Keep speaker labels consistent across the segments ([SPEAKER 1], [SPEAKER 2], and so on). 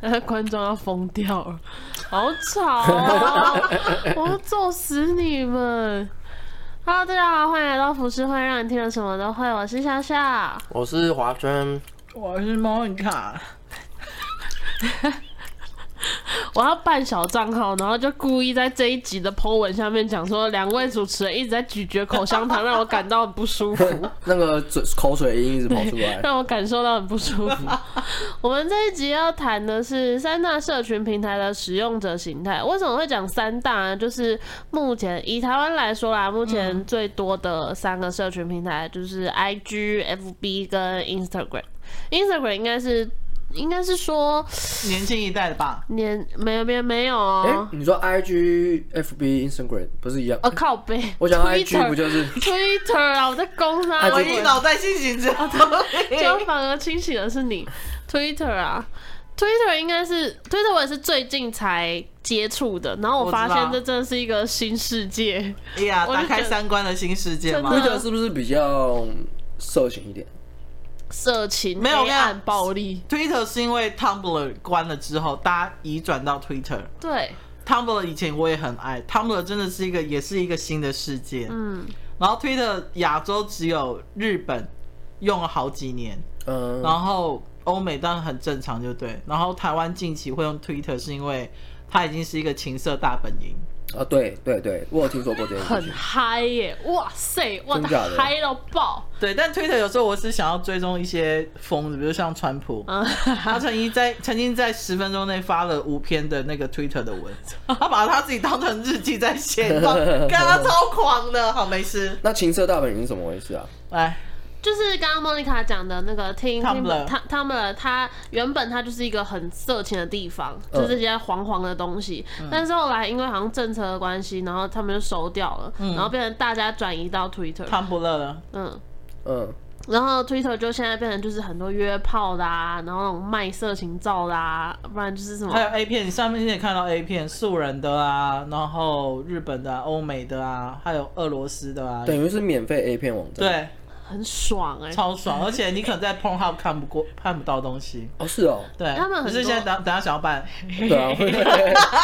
[SPEAKER 1] 观众要疯掉了，好吵哦！我要揍死你们！Hello，大家好，欢迎来到服饰会，让你听了什么都会。我是夏夏，
[SPEAKER 2] 我是华轩，
[SPEAKER 3] 我是莫妮卡，
[SPEAKER 1] 我要办小账号，然后就故意在这一集的 po 文下面讲说，两位主持人一直在咀嚼口香糖，让我感到很不舒服。
[SPEAKER 2] 那个嘴口水音一直跑出来。
[SPEAKER 1] 让我感受到很不舒服。 我们这一集要谈的是三大社群平台的使用者形态。为什么会讲三大呢？就是目前以台湾来说啦，目
[SPEAKER 2] 嗯
[SPEAKER 1] 前最多的三个社群平台就是 IG、FB 跟 Instagram。Instagram 应该是应该是说
[SPEAKER 3] 年轻一代的吧？
[SPEAKER 1] 年没有没有没有
[SPEAKER 2] 哎、
[SPEAKER 1] 哦，
[SPEAKER 2] 你说 I G F B Instagram 不是一样？
[SPEAKER 1] 哦靠背，
[SPEAKER 2] 我讲 I G 不
[SPEAKER 1] Twitter
[SPEAKER 2] 就是
[SPEAKER 1] Twitter 啊，我在攻他，
[SPEAKER 2] IG
[SPEAKER 1] 我
[SPEAKER 3] 我
[SPEAKER 1] 一
[SPEAKER 3] 一脑袋清醒之后，
[SPEAKER 1] 就反而清醒的是 你，Twitter 啊，Twitter 应该是 Twitter，我也是最近才接触的，然后我
[SPEAKER 3] 我
[SPEAKER 1] 发
[SPEAKER 3] 知道
[SPEAKER 1] 现这真的是一个新世 界，
[SPEAKER 3] 哎呀，
[SPEAKER 1] 我就
[SPEAKER 3] 打开三观的新世界嘛
[SPEAKER 1] 真。
[SPEAKER 2] Twitter 是不是比较色情一点？
[SPEAKER 1] 色情、
[SPEAKER 3] 没有我
[SPEAKER 1] 黑
[SPEAKER 3] 跟你讲
[SPEAKER 1] 暗、暴力，
[SPEAKER 3] Twitter 是因为 Tumblr 关了之后，大家移转到 Twitter。
[SPEAKER 1] 对，
[SPEAKER 3] Tumblr 以前我也很爱，Tumblr 真的是一个也是一个新的世界。
[SPEAKER 1] 嗯，
[SPEAKER 3] 然后 Twitter 亚洲只有日本用了好几年，
[SPEAKER 2] 嗯，
[SPEAKER 1] 哦
[SPEAKER 3] 然后欧美当然很正常，就对。然后台湾近期会用 Twitter 是因为它已经是一个情色大本营。
[SPEAKER 2] 啊，对对对，我有听说过这件事
[SPEAKER 1] 很
[SPEAKER 2] 情。
[SPEAKER 1] 嗨耶，哇塞，哇，
[SPEAKER 2] 真假的
[SPEAKER 1] 嗨到爆，
[SPEAKER 3] 对，但 Twitter 有时候我是想要追踪一些疯子，比如像川普，
[SPEAKER 1] 嗯，
[SPEAKER 3] 他曾经在曾经在十分钟内发了五篇的那个 Twitter 的文， 他把他自己当成日记在写，你知道干他超狂的，好没事，哎
[SPEAKER 2] 那情色大本营是什么回事啊？
[SPEAKER 3] 来，
[SPEAKER 1] 就是刚刚莫妮卡讲的那个听听
[SPEAKER 3] Tumblr
[SPEAKER 1] 他他们他原本它就是一个很色情的地方，就
[SPEAKER 2] 嗯
[SPEAKER 1] 是这些黄黄的东西。
[SPEAKER 3] 嗯
[SPEAKER 1] 但是后来因为好像政策的关系，然后他们就收掉了，
[SPEAKER 3] 嗯
[SPEAKER 1] 然后变成大家转移到 Twitter，
[SPEAKER 3] 汤不乐了，
[SPEAKER 1] 嗯，
[SPEAKER 2] 嗯，
[SPEAKER 1] 然后 Twitter 就现在变成就是很多约炮的啊，然后那种卖色情照的啊，不然就是什么
[SPEAKER 3] 还有 A 片，你上面也看到 A 片，素人的啊，然后日本的、啊、欧美的啊，还有俄罗斯的
[SPEAKER 1] 哎
[SPEAKER 3] 啊，
[SPEAKER 2] 等于是免费 A 片网站。，
[SPEAKER 3] 对，
[SPEAKER 1] 很爽哎、
[SPEAKER 3] 超爽，而且你可能在 Pornhub 看不过看不到东西。
[SPEAKER 2] 哦是 哦，
[SPEAKER 3] 对，
[SPEAKER 1] 他们很
[SPEAKER 3] 可
[SPEAKER 1] 多
[SPEAKER 3] 是现在等等下想要办，
[SPEAKER 2] 对 啊，会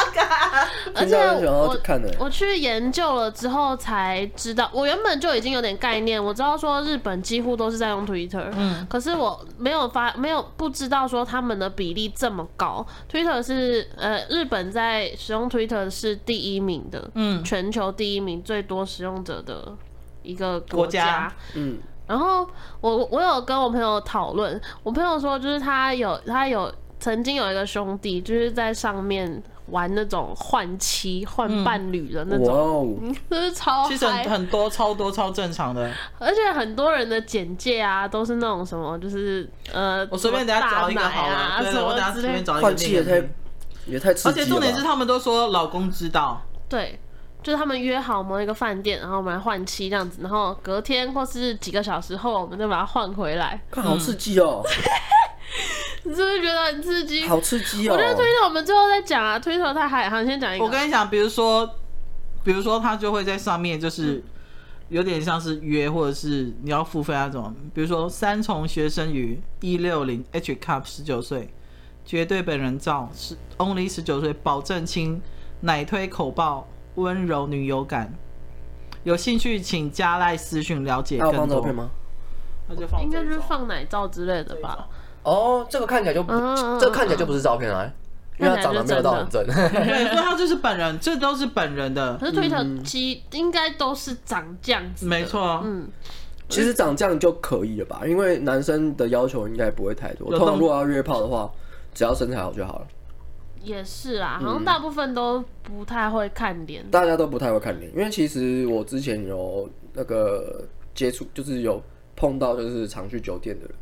[SPEAKER 1] 而
[SPEAKER 2] 听
[SPEAKER 1] 且
[SPEAKER 2] 到就想要
[SPEAKER 1] 我
[SPEAKER 2] 去看的。
[SPEAKER 1] 我去研究了之后才知道，我原本就已经有点概念，我知道说日本几乎都是在用 Twitter，嗯，可是我没有发没有不知道说他们的比例这么高，Twitter 是呃日本在使用 Twitter 是第一名的，
[SPEAKER 3] 嗯，
[SPEAKER 1] 全球第一名最多使用者的一个
[SPEAKER 3] 国家
[SPEAKER 2] 嗯，
[SPEAKER 1] 然后我我有跟我朋友讨论，我朋友说就是他有他有曾经有一个兄弟，就是在上面玩那种换妻换伴侣的那
[SPEAKER 2] 哇
[SPEAKER 1] 种，
[SPEAKER 2] 哦，
[SPEAKER 3] 嗯
[SPEAKER 1] 就是超
[SPEAKER 3] 其实很
[SPEAKER 1] 嗨，
[SPEAKER 3] 很多超多超正常的，
[SPEAKER 1] 而且很多人的简介啊都是那种什么，就是呃，
[SPEAKER 3] 我随便
[SPEAKER 1] 什
[SPEAKER 3] 等
[SPEAKER 1] 么
[SPEAKER 3] 下找一个
[SPEAKER 1] 大奶
[SPEAKER 3] 好了，
[SPEAKER 1] 啊
[SPEAKER 3] 对
[SPEAKER 1] 什
[SPEAKER 3] 对，我等下
[SPEAKER 1] 么之
[SPEAKER 3] 随便
[SPEAKER 1] 类的，
[SPEAKER 3] 找一个
[SPEAKER 2] 换气也
[SPEAKER 3] 练
[SPEAKER 2] 太
[SPEAKER 3] 练。
[SPEAKER 2] 也太刺
[SPEAKER 3] 而
[SPEAKER 2] 激了吧。
[SPEAKER 3] 且重点是他们都说老公知道，
[SPEAKER 1] 对。就是他们约好某一个饭店，然后我们来换妻这样子，然后隔天或是几个小时后，我们再把它换回来。
[SPEAKER 2] 看好刺激哦，
[SPEAKER 1] 嗯你是不是觉得很刺 激？
[SPEAKER 2] 好刺激哦。
[SPEAKER 1] 我觉得推特我们最后再讲啊，推特太嗨，好，你先讲一个。
[SPEAKER 3] 我跟你讲，比如说，比如说他就会在上面就是。有点像是约，或者是你要付费那种，比如说三重学生鱼一六零 H cup 十九岁，绝对本人照是 only 十九岁，保证亲，奶推口爆，温柔女友感，有兴趣请加赖私讯了解
[SPEAKER 2] 还有
[SPEAKER 3] 更
[SPEAKER 2] 放照
[SPEAKER 3] 多。
[SPEAKER 2] 片吗？
[SPEAKER 3] 那就放
[SPEAKER 1] 应该就是
[SPEAKER 3] 这一种
[SPEAKER 1] 放奶照之类的
[SPEAKER 3] 这一
[SPEAKER 1] 吧
[SPEAKER 3] 种。
[SPEAKER 4] 哦，这个看起来就不，
[SPEAKER 1] 嗯嗯嗯
[SPEAKER 4] 这个看起来就不是照片啊，因为他长得没有到很正。
[SPEAKER 3] 对，所以他就是本人，这都是本人的
[SPEAKER 1] 可，是推特机应该都是长这样子，
[SPEAKER 3] 嗯没。错，啊
[SPEAKER 1] 嗯，
[SPEAKER 2] 其实长这样就可以了吧？因为男生的要求应该不会太多。
[SPEAKER 3] 有
[SPEAKER 2] 通常
[SPEAKER 3] 动
[SPEAKER 2] 如果要约炮的话，只要身材好就好了。
[SPEAKER 1] 也是啦，
[SPEAKER 3] 嗯
[SPEAKER 1] 好像大部分都不太会看脸。
[SPEAKER 2] 大家都不太会看脸，因为其实我之前有那个接触，就是有碰到就是常去酒店的人，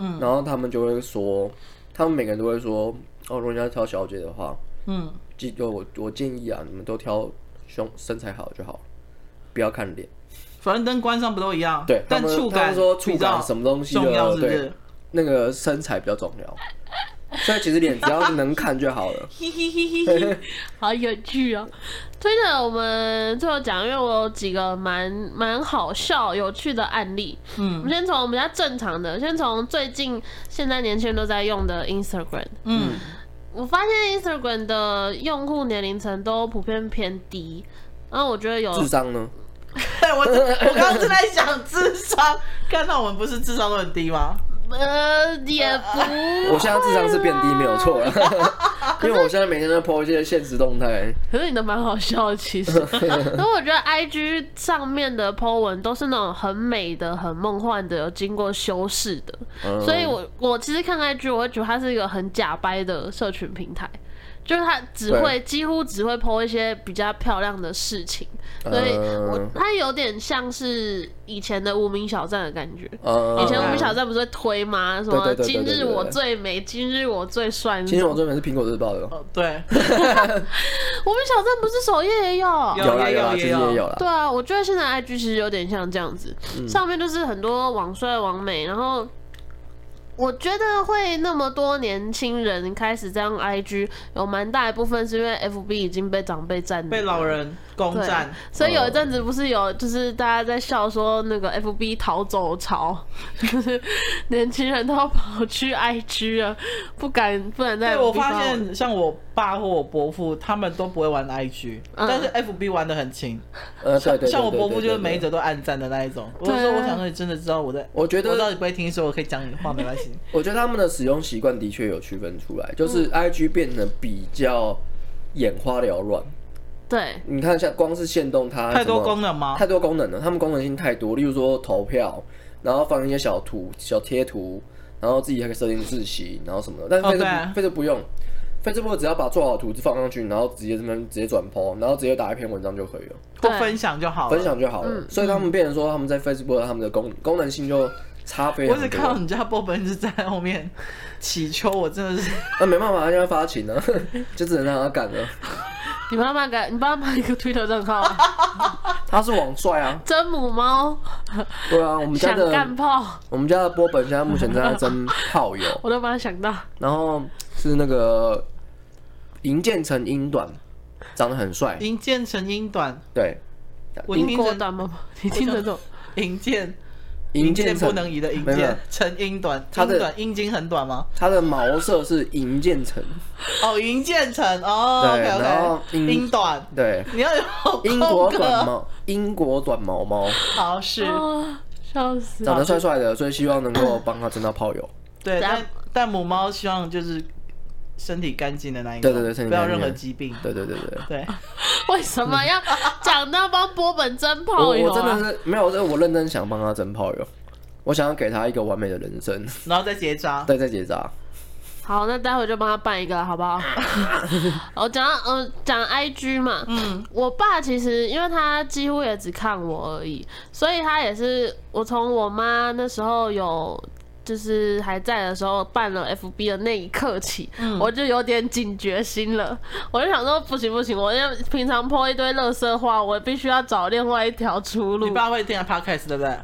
[SPEAKER 1] 嗯，
[SPEAKER 2] 然后他们就会说，他们每个人都会说，哦，如果你要挑小姐的话，
[SPEAKER 3] 嗯，
[SPEAKER 2] 记得我我建议啊，你们都挑胸身材好就好了，不要看脸。
[SPEAKER 3] 反正灯关上不都一样？
[SPEAKER 2] 对
[SPEAKER 3] 但
[SPEAKER 2] 他们
[SPEAKER 3] 触
[SPEAKER 2] 他
[SPEAKER 3] 感
[SPEAKER 2] 们说
[SPEAKER 3] 比
[SPEAKER 2] 触
[SPEAKER 3] 较
[SPEAKER 2] 感什么东西的
[SPEAKER 3] 重要，是嗯不
[SPEAKER 2] 对
[SPEAKER 3] 是？
[SPEAKER 2] 那个身材比较重要，所以其实脸只要能看就好 了。
[SPEAKER 3] 嘿嘿嘿嘿嘿，
[SPEAKER 1] 好有趣哦。推特我们最后讲，因为我有几个蛮蛮好笑、有趣的案例。我
[SPEAKER 3] 嗯
[SPEAKER 1] 们先从我们家正常的，先从最近现在年轻人都在用的 Instagram。
[SPEAKER 3] 嗯，
[SPEAKER 1] 我发现 Instagram 的用户年龄层都普遍偏低，然后我觉得有
[SPEAKER 2] 智商呢？
[SPEAKER 3] 对我我刚刚正在想智商，看到我们不是智商都很低吗？
[SPEAKER 1] 呃也不，
[SPEAKER 2] 我现在智商是变低没有
[SPEAKER 1] 哦
[SPEAKER 2] 错了，
[SPEAKER 1] 啊
[SPEAKER 2] 因为我现在每天都 po 一些现实动态，
[SPEAKER 1] 可是你的蛮好笑的其 实。可是我觉得 I G 上面的 po 文都是那种很美的、很梦幻的、有经过修饰的，
[SPEAKER 2] 嗯
[SPEAKER 1] 所以我我其实看 IG，我会觉得它是一个很假掰的社群平台，就是它只会几乎只会 PO 一些比较漂亮的事情，所以我
[SPEAKER 2] 嗯
[SPEAKER 1] 它有点像是以前的无名小站的感觉。
[SPEAKER 2] 呃，
[SPEAKER 1] 以前
[SPEAKER 3] 我
[SPEAKER 1] 无
[SPEAKER 3] 们
[SPEAKER 1] 名
[SPEAKER 3] 想
[SPEAKER 1] 小站不是会推吗？什么
[SPEAKER 2] 对对对对
[SPEAKER 1] 今
[SPEAKER 2] 对
[SPEAKER 1] 日
[SPEAKER 2] 对
[SPEAKER 1] 我最美，今日我最帅。
[SPEAKER 2] 今天我这边是苹果日报的，
[SPEAKER 3] 哦，对，
[SPEAKER 1] 无名小站不是首页也有？
[SPEAKER 3] 有
[SPEAKER 2] 啦
[SPEAKER 3] 也有
[SPEAKER 2] 有啦，
[SPEAKER 3] 也
[SPEAKER 2] 今天
[SPEAKER 3] 有
[SPEAKER 2] 也有啦。
[SPEAKER 1] 哦对啊，我觉得现在 IG 其实有点像这样子，
[SPEAKER 2] 嗯
[SPEAKER 1] 上面就是很多网帅网美，然后我觉得会那么多年轻人开始在用 IG，有蛮大一部分是因为 FB 已经被长辈占领，
[SPEAKER 3] 被老。人攻
[SPEAKER 1] 对
[SPEAKER 3] 占，，
[SPEAKER 1] 所以有一阵子不是有，就是大家在笑说那个 F B 逃走潮， 就是年轻人都要跑去 I G 了，不敢不敢再。
[SPEAKER 3] 对，我发现像我爸或我伯父，他们都不会玩 IG，、
[SPEAKER 1] 嗯
[SPEAKER 3] 但是 FB 玩的很勤。
[SPEAKER 2] 呃，对对对，
[SPEAKER 3] 像我
[SPEAKER 2] 对
[SPEAKER 3] 伯父就是每一，
[SPEAKER 2] 对对对
[SPEAKER 3] 则都暗赞的那一种。我
[SPEAKER 1] 对
[SPEAKER 3] 就
[SPEAKER 1] 啊
[SPEAKER 3] 说，我想说你真的知道我在，
[SPEAKER 2] 我觉得
[SPEAKER 3] 我知道你不会听，所以我可以讲你话，没关系。
[SPEAKER 2] 我觉得他们的使用习惯的确有区分出来，就是
[SPEAKER 1] 嗯
[SPEAKER 2] I G 变得比较眼花缭乱。
[SPEAKER 1] 对，
[SPEAKER 2] 你看，像光是限动它
[SPEAKER 3] 太多
[SPEAKER 2] 啊什么
[SPEAKER 3] 功能吗
[SPEAKER 2] 太多功能了，他们功能性太多，例如说投票，然后放一些小图、小贴图，然后自己还可以设定字型，然后什么的。但是
[SPEAKER 3] 哦
[SPEAKER 2] Facebook、
[SPEAKER 3] 对啊
[SPEAKER 2] Facebook 不用，Facebook 只要把做好的图放上去，然后直接这边直接转 PO，然后直接打一篇文章就可以了，
[SPEAKER 3] 或
[SPEAKER 1] 对
[SPEAKER 3] 分享就好了。嗯
[SPEAKER 2] 分。享就好了。所以他们变成说他们在 Facebook 他们的功功能性就差非
[SPEAKER 3] 我
[SPEAKER 2] 常
[SPEAKER 3] 只看到
[SPEAKER 2] 多。
[SPEAKER 3] 你家波本是在后面祈求，我真的是
[SPEAKER 2] 那没办法，他现在发情了， 就只能让他干了。
[SPEAKER 1] 你妈妈给，你帮他买一个 Twitter 账号啊，
[SPEAKER 2] 他是网帅啊，
[SPEAKER 1] 真母猫
[SPEAKER 2] 对啊，我们家
[SPEAKER 1] 想
[SPEAKER 2] 的
[SPEAKER 1] 干炮，
[SPEAKER 2] 我们家的波本现在目前正在争炮友。
[SPEAKER 1] 我都把它想到。
[SPEAKER 2] 然后是那个银渐成英短，长得很帅，
[SPEAKER 3] 银渐成英 短，
[SPEAKER 2] 对，
[SPEAKER 3] 我
[SPEAKER 1] 英
[SPEAKER 3] 听
[SPEAKER 1] 国
[SPEAKER 3] 着
[SPEAKER 1] 短吗？你听得懂？
[SPEAKER 3] 银渐
[SPEAKER 2] 银
[SPEAKER 3] 渐
[SPEAKER 2] 渐
[SPEAKER 3] 不
[SPEAKER 2] 成
[SPEAKER 3] 能移的银
[SPEAKER 2] 没有
[SPEAKER 3] 渐成英短，
[SPEAKER 2] 它的
[SPEAKER 3] 英短阴茎很短吗？
[SPEAKER 2] 它的毛色是银渐成，
[SPEAKER 3] 哦，银渐成哦
[SPEAKER 2] 对
[SPEAKER 3] ，OK
[SPEAKER 2] 然后
[SPEAKER 3] OK，
[SPEAKER 2] 英
[SPEAKER 3] 英短，
[SPEAKER 2] 对，
[SPEAKER 3] 你要有
[SPEAKER 2] 英国
[SPEAKER 3] 空格
[SPEAKER 2] 短毛，英国短毛猫，
[SPEAKER 3] 好是，
[SPEAKER 1] 啊，笑死！
[SPEAKER 2] 长得帅帅的，所以希望能够帮他争到炮友。
[SPEAKER 3] 对，
[SPEAKER 1] 等下
[SPEAKER 3] 但但母猫希望就是身体干净的那一
[SPEAKER 2] 对
[SPEAKER 3] 种，
[SPEAKER 2] 对对身体
[SPEAKER 3] 不要
[SPEAKER 2] 干净
[SPEAKER 3] 任何
[SPEAKER 2] 的
[SPEAKER 3] 疾病，
[SPEAKER 2] 对对对对，
[SPEAKER 3] 对，
[SPEAKER 1] 为什么要讲到帮波本真
[SPEAKER 2] 嗯我
[SPEAKER 1] 炮友
[SPEAKER 2] 我
[SPEAKER 1] 啊？
[SPEAKER 2] 真的是没有，我认真想帮他争炮友，我想要给他一个完美的人生，
[SPEAKER 3] 然后再结扎，
[SPEAKER 2] 对，再结扎。
[SPEAKER 1] 好，那待会就帮他办一个，好不 好？我讲到呃讲 IG 嘛，
[SPEAKER 3] 嗯，
[SPEAKER 1] 我爸其实因为他几乎也只看我而已，所以他也是我从我妈那时候有。就是还在的时候办了 FB 的那一刻起，
[SPEAKER 3] 嗯
[SPEAKER 1] 我就有点警觉心了。我就想说，不行不行，我要平常泼一堆垃圾话，我必须要找另外一条出
[SPEAKER 3] 你
[SPEAKER 1] 路。
[SPEAKER 3] 爸会听 podcast 对不对？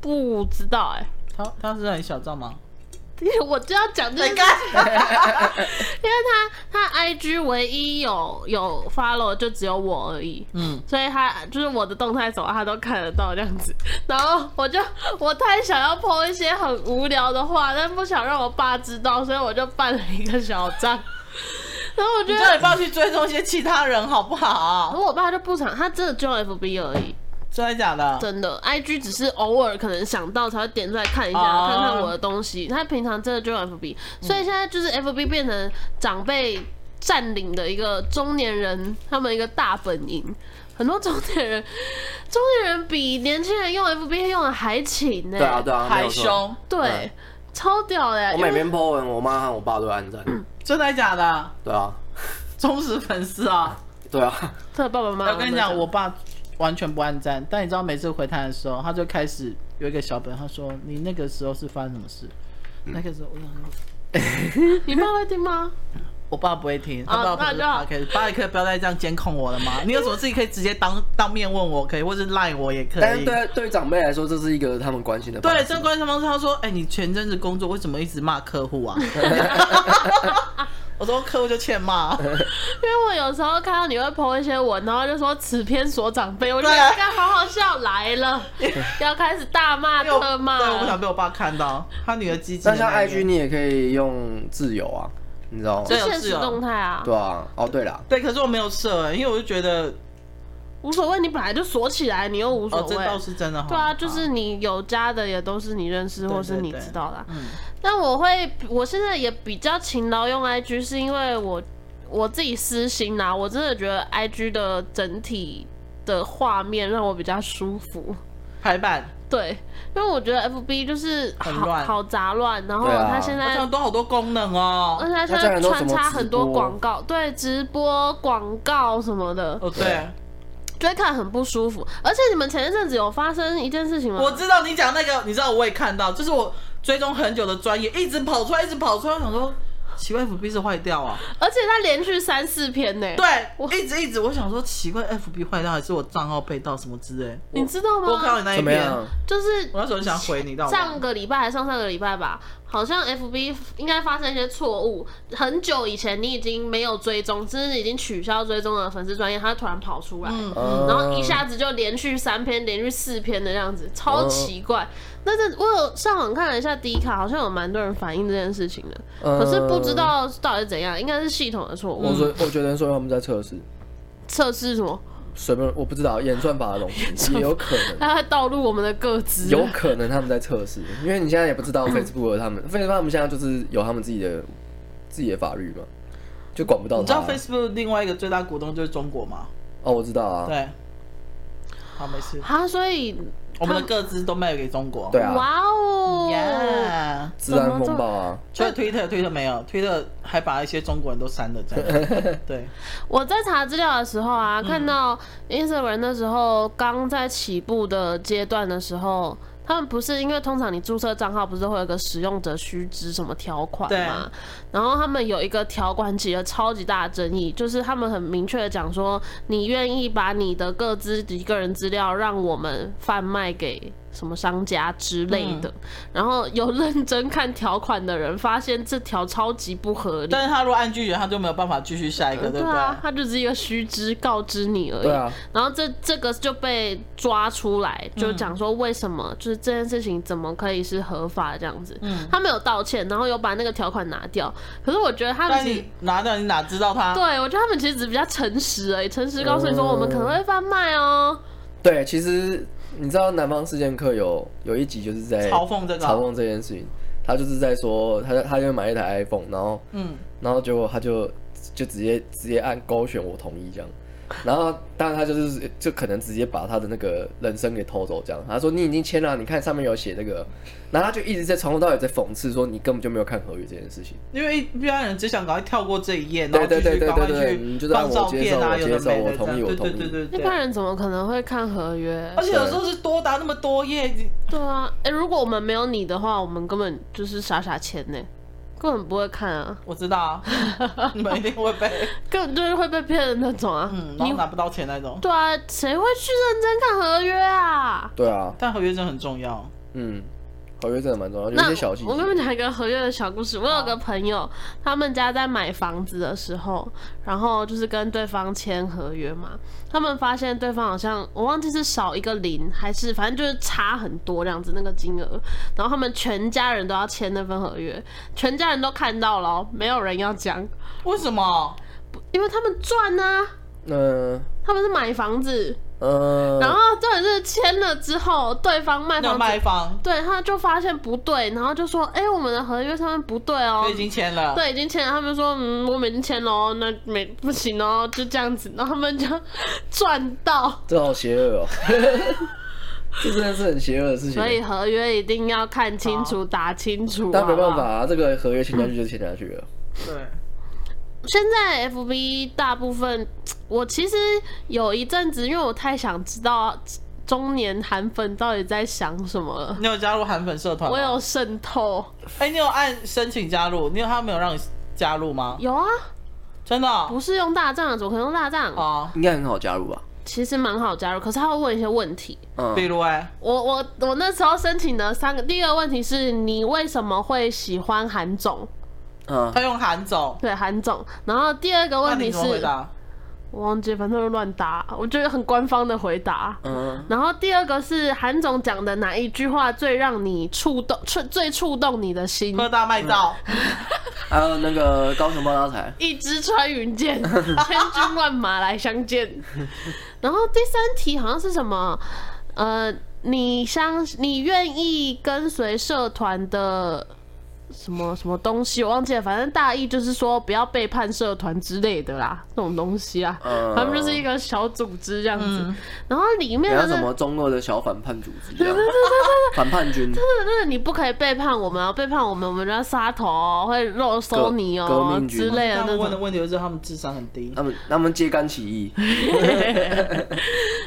[SPEAKER 1] 不知道哎、
[SPEAKER 3] 他他是很小账吗？
[SPEAKER 1] 因为我就要讲这件事情， 因为他他 IG 唯一有有 follow 就只有我而已，
[SPEAKER 3] 嗯，
[SPEAKER 1] 所以他就是我的动态什么他都看得到这样子。 然后我就我太想要 po 一些很无聊的话，但不想让我爸知道，所以我就办了一个小账。 然后我觉
[SPEAKER 3] 你 叫
[SPEAKER 1] 得，
[SPEAKER 3] 你爸去追踪一些其他人好不
[SPEAKER 1] 可
[SPEAKER 3] 好？
[SPEAKER 1] 我爸就不想，他真的就 FB 而已，
[SPEAKER 3] 真的假的？
[SPEAKER 1] 真的 IG 只是偶尔可能想到才会点出来看一下，
[SPEAKER 3] 哦
[SPEAKER 1] 看看我的东西。他平常真的就 FB，所以现在就是 FB 变成长辈占领的一个中年人他们一个大本营。很多中年人，中年人比年轻人用 FB 用的还勤呢、
[SPEAKER 4] 对啊，对啊，没
[SPEAKER 3] 害
[SPEAKER 4] 有错。
[SPEAKER 3] 羞？
[SPEAKER 1] 对
[SPEAKER 4] 嗯
[SPEAKER 1] 超屌的、欸
[SPEAKER 4] 我
[SPEAKER 1] 因为
[SPEAKER 4] 每篇 po 文，我妈和我爸都会按赞。
[SPEAKER 3] 真的假的？
[SPEAKER 4] 对 啊，
[SPEAKER 3] 忠实粉丝啊！
[SPEAKER 4] 对啊，
[SPEAKER 1] 他的爸爸妈妈，
[SPEAKER 3] 我跟你讲，我爸完全不按赞，但你知道每次回他的时候，他就开始有一个小本，他说你那个时候是发生什么事？
[SPEAKER 2] 嗯
[SPEAKER 3] 那个时候我想说。
[SPEAKER 1] 你爸会听吗？
[SPEAKER 3] 我爸不会听，他
[SPEAKER 1] 啊
[SPEAKER 3] 爸不
[SPEAKER 1] 那就好
[SPEAKER 3] 爸可以，爸你可以不要再这样监控我了吗？你有什么事情可以直接当当面问我，可以，或是赖我也可
[SPEAKER 2] 但
[SPEAKER 3] 以。
[SPEAKER 2] 是对对长辈来说，这是一个他们关心的方式。
[SPEAKER 3] 对，这关键方式，他说：“哎、你前阵子工作为什么一直骂客户 啊？”我说：“客户就 欠骂。
[SPEAKER 1] 因为我有时候看到你会 po 一些文，然后就说此篇所长辈，我就觉
[SPEAKER 3] 对啊
[SPEAKER 1] 得该好好笑来 了，要开始大骂
[SPEAKER 3] 因为我”
[SPEAKER 1] 特骂
[SPEAKER 3] 对，我不
[SPEAKER 1] 了。
[SPEAKER 3] 想被我爸看到他女儿鸡鸡
[SPEAKER 2] 那
[SPEAKER 3] 的
[SPEAKER 2] 像
[SPEAKER 3] 那一
[SPEAKER 2] IG
[SPEAKER 3] 面。
[SPEAKER 2] 你也可以用自由啊，你知道吗
[SPEAKER 3] 这？有
[SPEAKER 1] 现
[SPEAKER 3] 自
[SPEAKER 1] 实
[SPEAKER 3] 由
[SPEAKER 1] 动态啊，
[SPEAKER 2] 对啊，哦对啦，
[SPEAKER 3] 对，可是我没有设、哎因为我就觉得
[SPEAKER 1] 无所谓，你本来就锁起来，你又无所
[SPEAKER 3] 哦，这
[SPEAKER 1] 谓。
[SPEAKER 3] 倒是真的哈。哦
[SPEAKER 1] 对啊，就是
[SPEAKER 3] 好
[SPEAKER 1] 你有加的也都是你认识
[SPEAKER 3] 对
[SPEAKER 1] 或是
[SPEAKER 3] 对
[SPEAKER 1] 你
[SPEAKER 3] 对
[SPEAKER 1] 知道的啊。
[SPEAKER 3] 嗯
[SPEAKER 1] 但我会，我现在也比较勤劳用 IG，是因为我我自己私心啦、我真的觉得 IG 的整体的画面让我比较舒服。
[SPEAKER 3] 排版，
[SPEAKER 1] 对，因为我觉得 FB 就是
[SPEAKER 3] 很
[SPEAKER 1] 好
[SPEAKER 3] 乱
[SPEAKER 1] 好杂乱，然后
[SPEAKER 2] 对啊
[SPEAKER 1] 它现
[SPEAKER 3] 我
[SPEAKER 1] 在、
[SPEAKER 3] 想都好多功能哦
[SPEAKER 1] 而。且它现
[SPEAKER 2] 它竟
[SPEAKER 1] 在
[SPEAKER 2] 然都
[SPEAKER 1] 穿
[SPEAKER 2] 什么
[SPEAKER 1] 插很多
[SPEAKER 2] 直播
[SPEAKER 1] 广告，对，直播广告什么的，
[SPEAKER 3] 哦，对，
[SPEAKER 1] 就会看很不舒服。而且你们前一阵子有发生一件事情吗？
[SPEAKER 3] 我知道你讲那个，你知道我也看到，就是我追踪很久的专业一直跑出来，一直跑出来，我想说奇怪，FB 是坏掉啊？
[SPEAKER 1] 而且它连续三四篇呢、
[SPEAKER 3] 对，
[SPEAKER 1] 哎我
[SPEAKER 3] 一直一直，我想说奇怪，FB 坏掉还是我账号被盗什么之类？
[SPEAKER 1] 你知道
[SPEAKER 3] 我看到
[SPEAKER 1] 吗？
[SPEAKER 3] 你那一
[SPEAKER 2] 怎么
[SPEAKER 3] 篇，
[SPEAKER 2] 样
[SPEAKER 3] 我？
[SPEAKER 1] 就是
[SPEAKER 3] 那时候就想回你，但我忘
[SPEAKER 1] 上
[SPEAKER 3] 了
[SPEAKER 1] 个礼拜还上上个礼拜吧，好像 FB 应该发生一些错误。很久以前你已经没有追踪，甚至已经取消追踪的粉丝专业，它突然跑出来，
[SPEAKER 2] 嗯
[SPEAKER 1] 然后一下子就连续三篇、连续四篇的样子，
[SPEAKER 2] 嗯
[SPEAKER 1] 超奇怪。那阵我有上网看了一下 D 卡，好像有蛮多人反映这件事情的，可是不知。道
[SPEAKER 2] 嗯
[SPEAKER 1] 到底是怎样，应该是系统的错
[SPEAKER 2] 我
[SPEAKER 1] 误。
[SPEAKER 2] 说，我觉得说他们在测试，
[SPEAKER 1] 测试什么？
[SPEAKER 2] 随便我不知道演算法的东西，也有可 能，
[SPEAKER 1] 它会道路我们的个资。
[SPEAKER 2] 有可能他们在测试，因为你现在也不知 道 Facebook 的他们，Facebook 他们现在就是有他们自己的自己的法律嘛，就管不到
[SPEAKER 3] 你知道
[SPEAKER 2] 他。
[SPEAKER 3] Facebook 另外一个最大股东就是中国吗？
[SPEAKER 2] 哦，我知道啊，
[SPEAKER 3] 对，好，没事，
[SPEAKER 1] 啊，所以
[SPEAKER 3] 我们的各自都卖给中国。
[SPEAKER 2] 对啊，
[SPEAKER 1] 哇哦。
[SPEAKER 3] 呀，
[SPEAKER 2] 治安风暴啊，
[SPEAKER 3] 除了 Twitter，Twitter 没有，Twitter 还把一些中国人都删了，这 样。对，
[SPEAKER 1] 我在查资料的时候啊，看到 Instagram 那时候刚在起步的阶段的时候，他们不是因为通常你注册账号不是会有一个使用者须知什么条款嘛？然后他们有一个条款起了超级大的争议，就是他们很明确的讲说，你愿意把你的各自己个人资料让我们贩卖给。什么商家之类的，然后有认真看条款的人发现这条超级不合理，
[SPEAKER 3] 但是他如果按拒绝，他就没有办法继续下一个，对不
[SPEAKER 1] 啊，
[SPEAKER 3] 对？
[SPEAKER 1] 它就是一个须知告知你而已。
[SPEAKER 2] 对啊，
[SPEAKER 1] 然后这这个就被抓出来，
[SPEAKER 3] 嗯
[SPEAKER 1] 就讲说为什么、就是这件事情怎么可以是合法这样子？嗯，他没有道歉，然后有把那个条款拿掉。可是我觉得他们
[SPEAKER 3] 但
[SPEAKER 1] 其实
[SPEAKER 3] 你。啊拿掉，你哪知道他？
[SPEAKER 1] 对，我觉得他们其实只比较诚实而已，诚实告诉你说我们可能会贩卖哦、
[SPEAKER 2] 对，其实你知道南方事件课有有一集就是在
[SPEAKER 3] 嘲讽这个
[SPEAKER 2] 嘲讽这件事情，他就是在说他他就买一台 iPhone，然后
[SPEAKER 3] 嗯，
[SPEAKER 2] 然后结果他就就直接直接按勾选我同意这样，然后当然他就是就可能直接把他的那个人生给偷走这样。他说你已经签了，你看上面有写这个，然后他就一直在从头到尾在讽刺说你根本就没有看合约这件事情。
[SPEAKER 3] 因为一一般人只想赶快跳过这一页，然
[SPEAKER 2] 对
[SPEAKER 3] 后继
[SPEAKER 2] 对对
[SPEAKER 3] 续
[SPEAKER 2] 对
[SPEAKER 3] 赶快
[SPEAKER 2] 对对，你
[SPEAKER 3] 去
[SPEAKER 2] 就让
[SPEAKER 3] 放照
[SPEAKER 2] 我接
[SPEAKER 3] 片
[SPEAKER 2] 受
[SPEAKER 3] 啊，
[SPEAKER 2] 我
[SPEAKER 3] 有
[SPEAKER 2] 接
[SPEAKER 3] 的
[SPEAKER 2] 受
[SPEAKER 3] 没
[SPEAKER 2] 我
[SPEAKER 3] 的这
[SPEAKER 2] 同意我
[SPEAKER 3] 样。对
[SPEAKER 2] 同
[SPEAKER 3] 对对
[SPEAKER 2] 意。
[SPEAKER 3] 对
[SPEAKER 1] 一
[SPEAKER 3] 对
[SPEAKER 1] 般。人怎么可能会看合约？
[SPEAKER 3] 而且有时候是多达那么多页，你
[SPEAKER 1] 对啊，哎、如果我们没有你的话，我们根本就是傻傻签呢、根本不会看啊，
[SPEAKER 3] 我知道 啊，你们一定会被
[SPEAKER 1] 根本就是会被骗的那种啊。
[SPEAKER 3] 嗯，然
[SPEAKER 1] 你
[SPEAKER 3] 后拿不到钱那种。
[SPEAKER 1] 对啊，谁会去认真看合约啊？
[SPEAKER 2] 对啊，
[SPEAKER 3] 但合约真的很重要，
[SPEAKER 2] 嗯，合约真的蛮重要，有
[SPEAKER 1] 那
[SPEAKER 2] 一些小细节
[SPEAKER 1] 我。跟你们讲一个合约的小故事。我有个朋友，他们家在买房子的时候，然后就是跟对方签合约嘛，他们发现对方好像我忘记是少一个零，还是反正就是差很多这样子那个金额，然后他们全家人都要签那份合约，全家人都看到了哦、没有人要讲，
[SPEAKER 3] 为什么？
[SPEAKER 1] 因为他们赚啊，
[SPEAKER 2] 嗯
[SPEAKER 1] 他们是买房子，
[SPEAKER 2] 嗯，
[SPEAKER 1] 然后重点是签了之后，对方卖
[SPEAKER 3] 那
[SPEAKER 1] 房子
[SPEAKER 3] 卖方
[SPEAKER 1] 对，他就发现不对，然后就说：“哎、我们的合约上面不对哦
[SPEAKER 3] 就、已经签了，
[SPEAKER 1] 对，已经签了。”他们说：“嗯，我们已经签了哦，那没不行哦，就这样子。”然后他们就赚到。
[SPEAKER 2] 这好邪恶哦， 这真的是很邪恶的事情
[SPEAKER 1] 所。以合约一定要看清楚、打清楚。
[SPEAKER 2] 但没
[SPEAKER 1] 好不好
[SPEAKER 2] 办法啊，这个合约签下去就签下去了。
[SPEAKER 3] 对，
[SPEAKER 1] 现在 FB 大部分，我其实有一阵子，因为我太想知道中年韩粉到底在想什么了，
[SPEAKER 3] 你有加入韩粉社团吗？
[SPEAKER 1] 我有渗透。
[SPEAKER 3] 哎、你有按申请加入？你有他没有让你加入吗？
[SPEAKER 1] 有啊，
[SPEAKER 3] 真的哦
[SPEAKER 1] 不是用大账，怎么可能用大账？
[SPEAKER 3] 哦，
[SPEAKER 2] 应该很好加入吧？
[SPEAKER 1] 其实蛮好加入，可是他会问一些问题。
[SPEAKER 2] 嗯，
[SPEAKER 3] 比如哎、
[SPEAKER 1] 我我我那时候申请的三个，第一个问题是你为什么会喜欢韩总？
[SPEAKER 2] 嗯
[SPEAKER 3] 他用韩总，
[SPEAKER 1] 对，韩总。然后第二个
[SPEAKER 3] 那
[SPEAKER 1] 问
[SPEAKER 3] 你
[SPEAKER 1] 题
[SPEAKER 3] 怎么回
[SPEAKER 1] 是，
[SPEAKER 3] 答？
[SPEAKER 1] 我忘记，反正都乱答，我觉得很官方的回答。
[SPEAKER 2] 嗯，
[SPEAKER 1] 然后第二个是韩总讲的哪一句话最让你触动、触最触动你的心？
[SPEAKER 3] 喝大麦道，
[SPEAKER 2] 还有那个高雄爆大财，
[SPEAKER 1] 一支穿云 箭，千军万马来相见。然后第三题好像是什么？呃，你相你愿意跟随社团的什么什么东西？我忘记了，反正大意就是说不要背叛社团之类的啦，这种东西啊。
[SPEAKER 2] 嗯，
[SPEAKER 1] 他们就是一个小组织这样子，
[SPEAKER 3] 嗯
[SPEAKER 1] 然后里面
[SPEAKER 2] 你
[SPEAKER 1] 的
[SPEAKER 2] 要
[SPEAKER 1] 那
[SPEAKER 2] 什
[SPEAKER 1] 个
[SPEAKER 2] 么中二的小反叛组织 这样，反叛军，
[SPEAKER 1] 那个你不可以背叛我们哦，背叛我们我们就要杀头哦，会肉搜你
[SPEAKER 2] 革革
[SPEAKER 1] 哦
[SPEAKER 2] 命军
[SPEAKER 1] 之类的
[SPEAKER 3] 他
[SPEAKER 1] 那
[SPEAKER 3] 们问的
[SPEAKER 1] 种。啊
[SPEAKER 3] 问题就是他们智商很低
[SPEAKER 2] 他。们他们揭竿起义，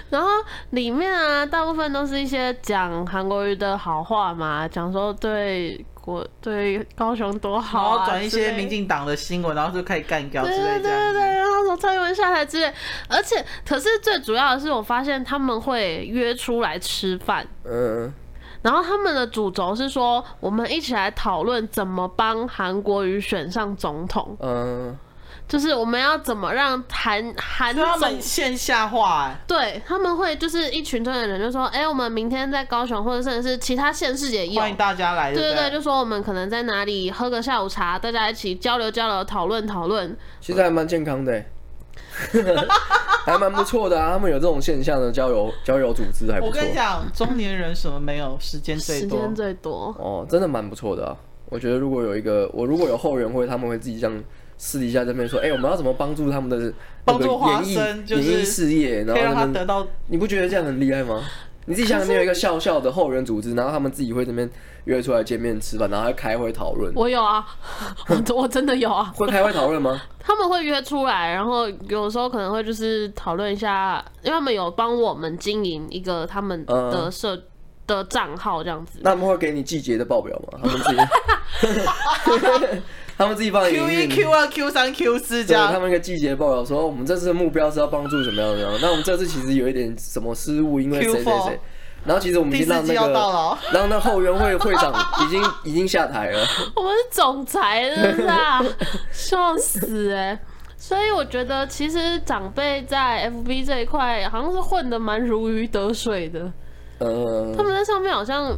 [SPEAKER 1] 然后里面啊，大部分都是一些讲韩国瑜的好话嘛，讲说对国对高雄多
[SPEAKER 3] 然
[SPEAKER 1] 好
[SPEAKER 3] 后
[SPEAKER 1] 啊，
[SPEAKER 3] 转一些民
[SPEAKER 1] 进。
[SPEAKER 3] 进党的新闻，然后就开始干掉之
[SPEAKER 1] 对对
[SPEAKER 3] 类这
[SPEAKER 1] 对
[SPEAKER 3] 样
[SPEAKER 1] 对，
[SPEAKER 3] 子。
[SPEAKER 1] 然后从蔡英文下台之类，而且可是最主要的是，我发现他们会约出来吃饭，
[SPEAKER 2] 嗯，
[SPEAKER 1] 然后他们的主轴是说，我们一起来讨论怎么帮韩国瑜选上总统，
[SPEAKER 2] 嗯，
[SPEAKER 1] 就是我们要怎么让韩韩
[SPEAKER 3] 所以他
[SPEAKER 1] 总
[SPEAKER 3] 们线下化、欸，
[SPEAKER 1] 对他们会就是一群的人就说，哎、我们明天在高雄或者甚至是其他县市也有
[SPEAKER 3] 欢。迎大家来。
[SPEAKER 1] 对
[SPEAKER 3] 对
[SPEAKER 1] 对
[SPEAKER 3] 不
[SPEAKER 1] 对，就说我们可能在哪里喝个下午茶，大家一起交流交流，讨论讨论。
[SPEAKER 2] 其实还蛮健康的欸， 还蛮不错的啊。他们有这种现象的交友交友组织还不
[SPEAKER 3] 我
[SPEAKER 2] 错
[SPEAKER 3] 跟你，讲，中年人什么没有，时间最
[SPEAKER 1] 时
[SPEAKER 3] 多
[SPEAKER 1] 间。最多，
[SPEAKER 2] 哦，真的蛮不错的啊。我觉得如果有一个我如果有后援会，他们会自己这样私底下这边说，哎，我们要怎么帮助他们的那
[SPEAKER 3] 帮
[SPEAKER 2] 个
[SPEAKER 3] 助华
[SPEAKER 2] 演艺
[SPEAKER 3] 生就
[SPEAKER 2] 演
[SPEAKER 3] 是
[SPEAKER 2] 艺事业，然
[SPEAKER 3] 可以让
[SPEAKER 2] 后
[SPEAKER 3] 他
[SPEAKER 2] 们
[SPEAKER 3] 得到，
[SPEAKER 2] 你不觉得这样很厉害吗？你自己想想，你有一个笑笑的后援组织，然后他们自己会这边约出来见面吃饭，然后还开会讨论。
[SPEAKER 1] 我有啊， 我我真的有啊。
[SPEAKER 2] 会开会讨论 吗？
[SPEAKER 1] 他们会约出来，然后有时候可能会就是讨论一下，因为他们有帮我们经营一个他们的
[SPEAKER 2] 嗯
[SPEAKER 1] 社、的账号这样子。
[SPEAKER 2] 那他们会给你季节的报表吗？他们自己，他们自己 帮你
[SPEAKER 3] Q 一、
[SPEAKER 2] 营运
[SPEAKER 3] Q 二、Q 三、Q 四这
[SPEAKER 2] 对，他
[SPEAKER 3] 样。
[SPEAKER 2] 们一个季节报表说，哦我们这次的目标是要帮助什么样的人？那我们这次其实有一点什么失误，因为谁谁
[SPEAKER 3] Q4
[SPEAKER 2] 谁。然后其实我们已
[SPEAKER 3] 第
[SPEAKER 2] 经让
[SPEAKER 3] 四季
[SPEAKER 2] 那
[SPEAKER 3] 要到了
[SPEAKER 2] 个，
[SPEAKER 3] 哦，
[SPEAKER 2] 让那后援会会长已经已经下台了。
[SPEAKER 1] 我们是总裁，真的是 啊，笑死哎、所以我觉得，其实长辈在 FB 这一块好像是混得蛮如鱼得水的。他
[SPEAKER 2] 呃，
[SPEAKER 1] 们在上面好像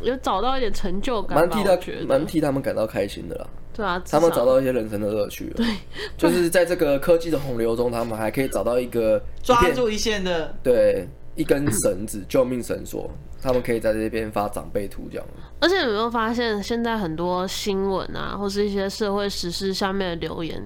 [SPEAKER 1] 有找到一点成就感
[SPEAKER 2] 蛮
[SPEAKER 1] 吧，
[SPEAKER 2] 替
[SPEAKER 1] 我
[SPEAKER 2] 他
[SPEAKER 1] 觉得
[SPEAKER 2] 蛮替他们感到开心的啦。
[SPEAKER 1] 对啊，至
[SPEAKER 2] 他们
[SPEAKER 1] 少
[SPEAKER 2] 找到一些人生的乐趣了。对， 就是在这个科技的洪流中，他们还可以找到一个一
[SPEAKER 3] 抓
[SPEAKER 2] 片
[SPEAKER 3] 住一线的。
[SPEAKER 2] 对一根绳子，救命绳索。他们可以在这边发长辈图这样。
[SPEAKER 1] 而且有没有发现，现在很多新闻啊，或是一些社会时事下面的留言，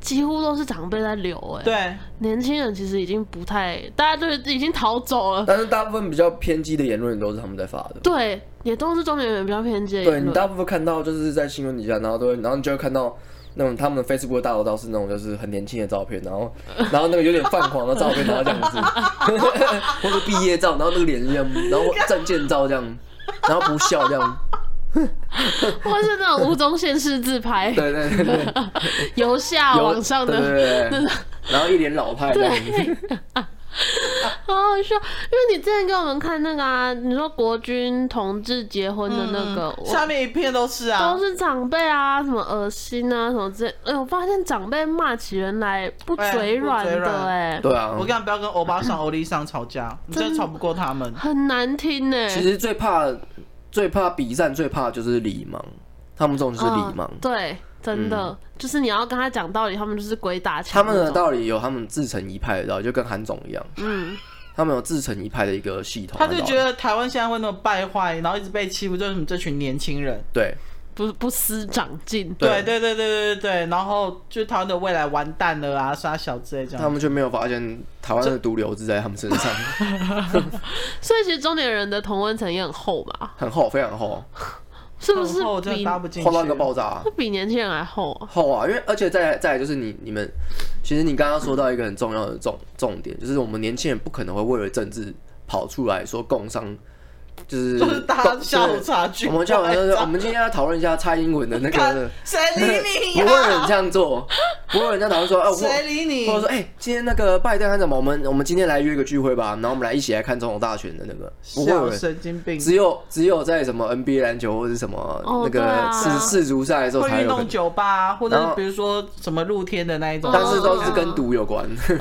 [SPEAKER 1] 几乎都是长辈在留、欸。，
[SPEAKER 3] 对，
[SPEAKER 1] 年轻人其实已经不太，大家就是已经逃走了。
[SPEAKER 2] 但是大部分比较偏激的言论都是他们在发的。
[SPEAKER 1] 对，也都是中年人比较偏激的
[SPEAKER 2] 对
[SPEAKER 1] 言
[SPEAKER 2] 你
[SPEAKER 1] 论。
[SPEAKER 2] 大部分看到就是在新闻底下，然后都会，然后你就会看到那种他们 Facebook 的大头照是那种就是很年轻的照片，然后然后那个有点泛黄的照片，然后这样子， 或者毕业照，然后那个脸是这样，然后证件照这样，然后不笑这样，
[SPEAKER 1] 或是那种无中现世自拍，
[SPEAKER 2] 对对对对。
[SPEAKER 1] 由下
[SPEAKER 2] 有
[SPEAKER 1] 往上
[SPEAKER 2] 对
[SPEAKER 1] 的，
[SPEAKER 2] 对对对，然后一脸老派这样子，
[SPEAKER 1] 好好笑。因为你之前给我们看那个啊，你说国军同志结婚的那个，我
[SPEAKER 3] 下面一片都是啊
[SPEAKER 1] 都，是长辈啊，什么恶心啊，什么之类。哎、我发现长辈骂起人来不嘴软
[SPEAKER 3] 哎不嘴
[SPEAKER 1] 的、
[SPEAKER 3] 软
[SPEAKER 1] 哎、
[SPEAKER 2] 对啊
[SPEAKER 3] 我。跟你讲，不要跟欧巴桑、欧丽桑吵架，你真的吵不过他们。
[SPEAKER 1] 很难听哎呢、
[SPEAKER 2] 其实最怕最怕比战，最怕就是礼盲，他们这种就是礼
[SPEAKER 1] 嗯
[SPEAKER 2] 盲。
[SPEAKER 1] 对，真的、就是你要跟他讲道理，他们就是鬼打墙。
[SPEAKER 2] 他们的，道理有他们自成一派的道理，就跟韩总一样，
[SPEAKER 1] 嗯，
[SPEAKER 2] 他们有自成一派的一个系统
[SPEAKER 3] 他
[SPEAKER 2] 的道理。
[SPEAKER 3] 就觉得台湾现在会那么败坏，然后一直被欺负，就是你们这群年轻人。
[SPEAKER 2] 对
[SPEAKER 1] 不不思长进。
[SPEAKER 2] 对
[SPEAKER 3] 对对对对对对对，然后就台湾的未来完蛋了啊，杀小之类这
[SPEAKER 2] 他
[SPEAKER 3] 样。
[SPEAKER 2] 们却没有发现台湾的毒瘤是在他们身上，
[SPEAKER 1] 所以其实中年人的同温层也很厚吧？
[SPEAKER 2] 很厚，非常厚，
[SPEAKER 1] 是不是
[SPEAKER 3] 然后我真的
[SPEAKER 1] 比
[SPEAKER 3] 搭不进去
[SPEAKER 2] 厚到一个爆炸啊、
[SPEAKER 1] 比年轻人还厚啊？
[SPEAKER 2] 厚啊！因为而且再来再来就是你你们，其实你刚刚说到一个很重要的重重点，就是我们年轻人不可能会为了政治跑出来说共商，就是
[SPEAKER 3] 就是大家
[SPEAKER 2] 共
[SPEAKER 3] 下午
[SPEAKER 2] 对
[SPEAKER 3] 茶聚
[SPEAKER 2] 我们
[SPEAKER 3] 下
[SPEAKER 2] 叫我们我们今天要讨论一下蔡英文的那
[SPEAKER 3] 看
[SPEAKER 2] 个，
[SPEAKER 3] 谁理你
[SPEAKER 2] 不
[SPEAKER 3] 呀、
[SPEAKER 2] 会有人这样做，不过人家讨论说，哦、
[SPEAKER 3] 谁理你
[SPEAKER 2] 或？者说，哎、今天那个拜登还怎么？我们我们今天来约个聚会吧，然后我们来一起来看总统大选的那个，不会有
[SPEAKER 3] 哎小
[SPEAKER 2] 人
[SPEAKER 3] 神经病，
[SPEAKER 2] 只有只有在什么 NBA 篮球或者什么、
[SPEAKER 1] 哦
[SPEAKER 2] 那
[SPEAKER 1] 对
[SPEAKER 2] 个
[SPEAKER 1] 啊
[SPEAKER 2] 世世足赛的时候才
[SPEAKER 3] 会运
[SPEAKER 2] 有可
[SPEAKER 3] 动
[SPEAKER 2] 能，
[SPEAKER 3] 酒吧，啊或者
[SPEAKER 2] 然
[SPEAKER 3] 是
[SPEAKER 2] 后
[SPEAKER 3] 比如说什么露天的那一种，啊
[SPEAKER 2] 但是
[SPEAKER 1] 哦
[SPEAKER 2] 都是跟赌有 关，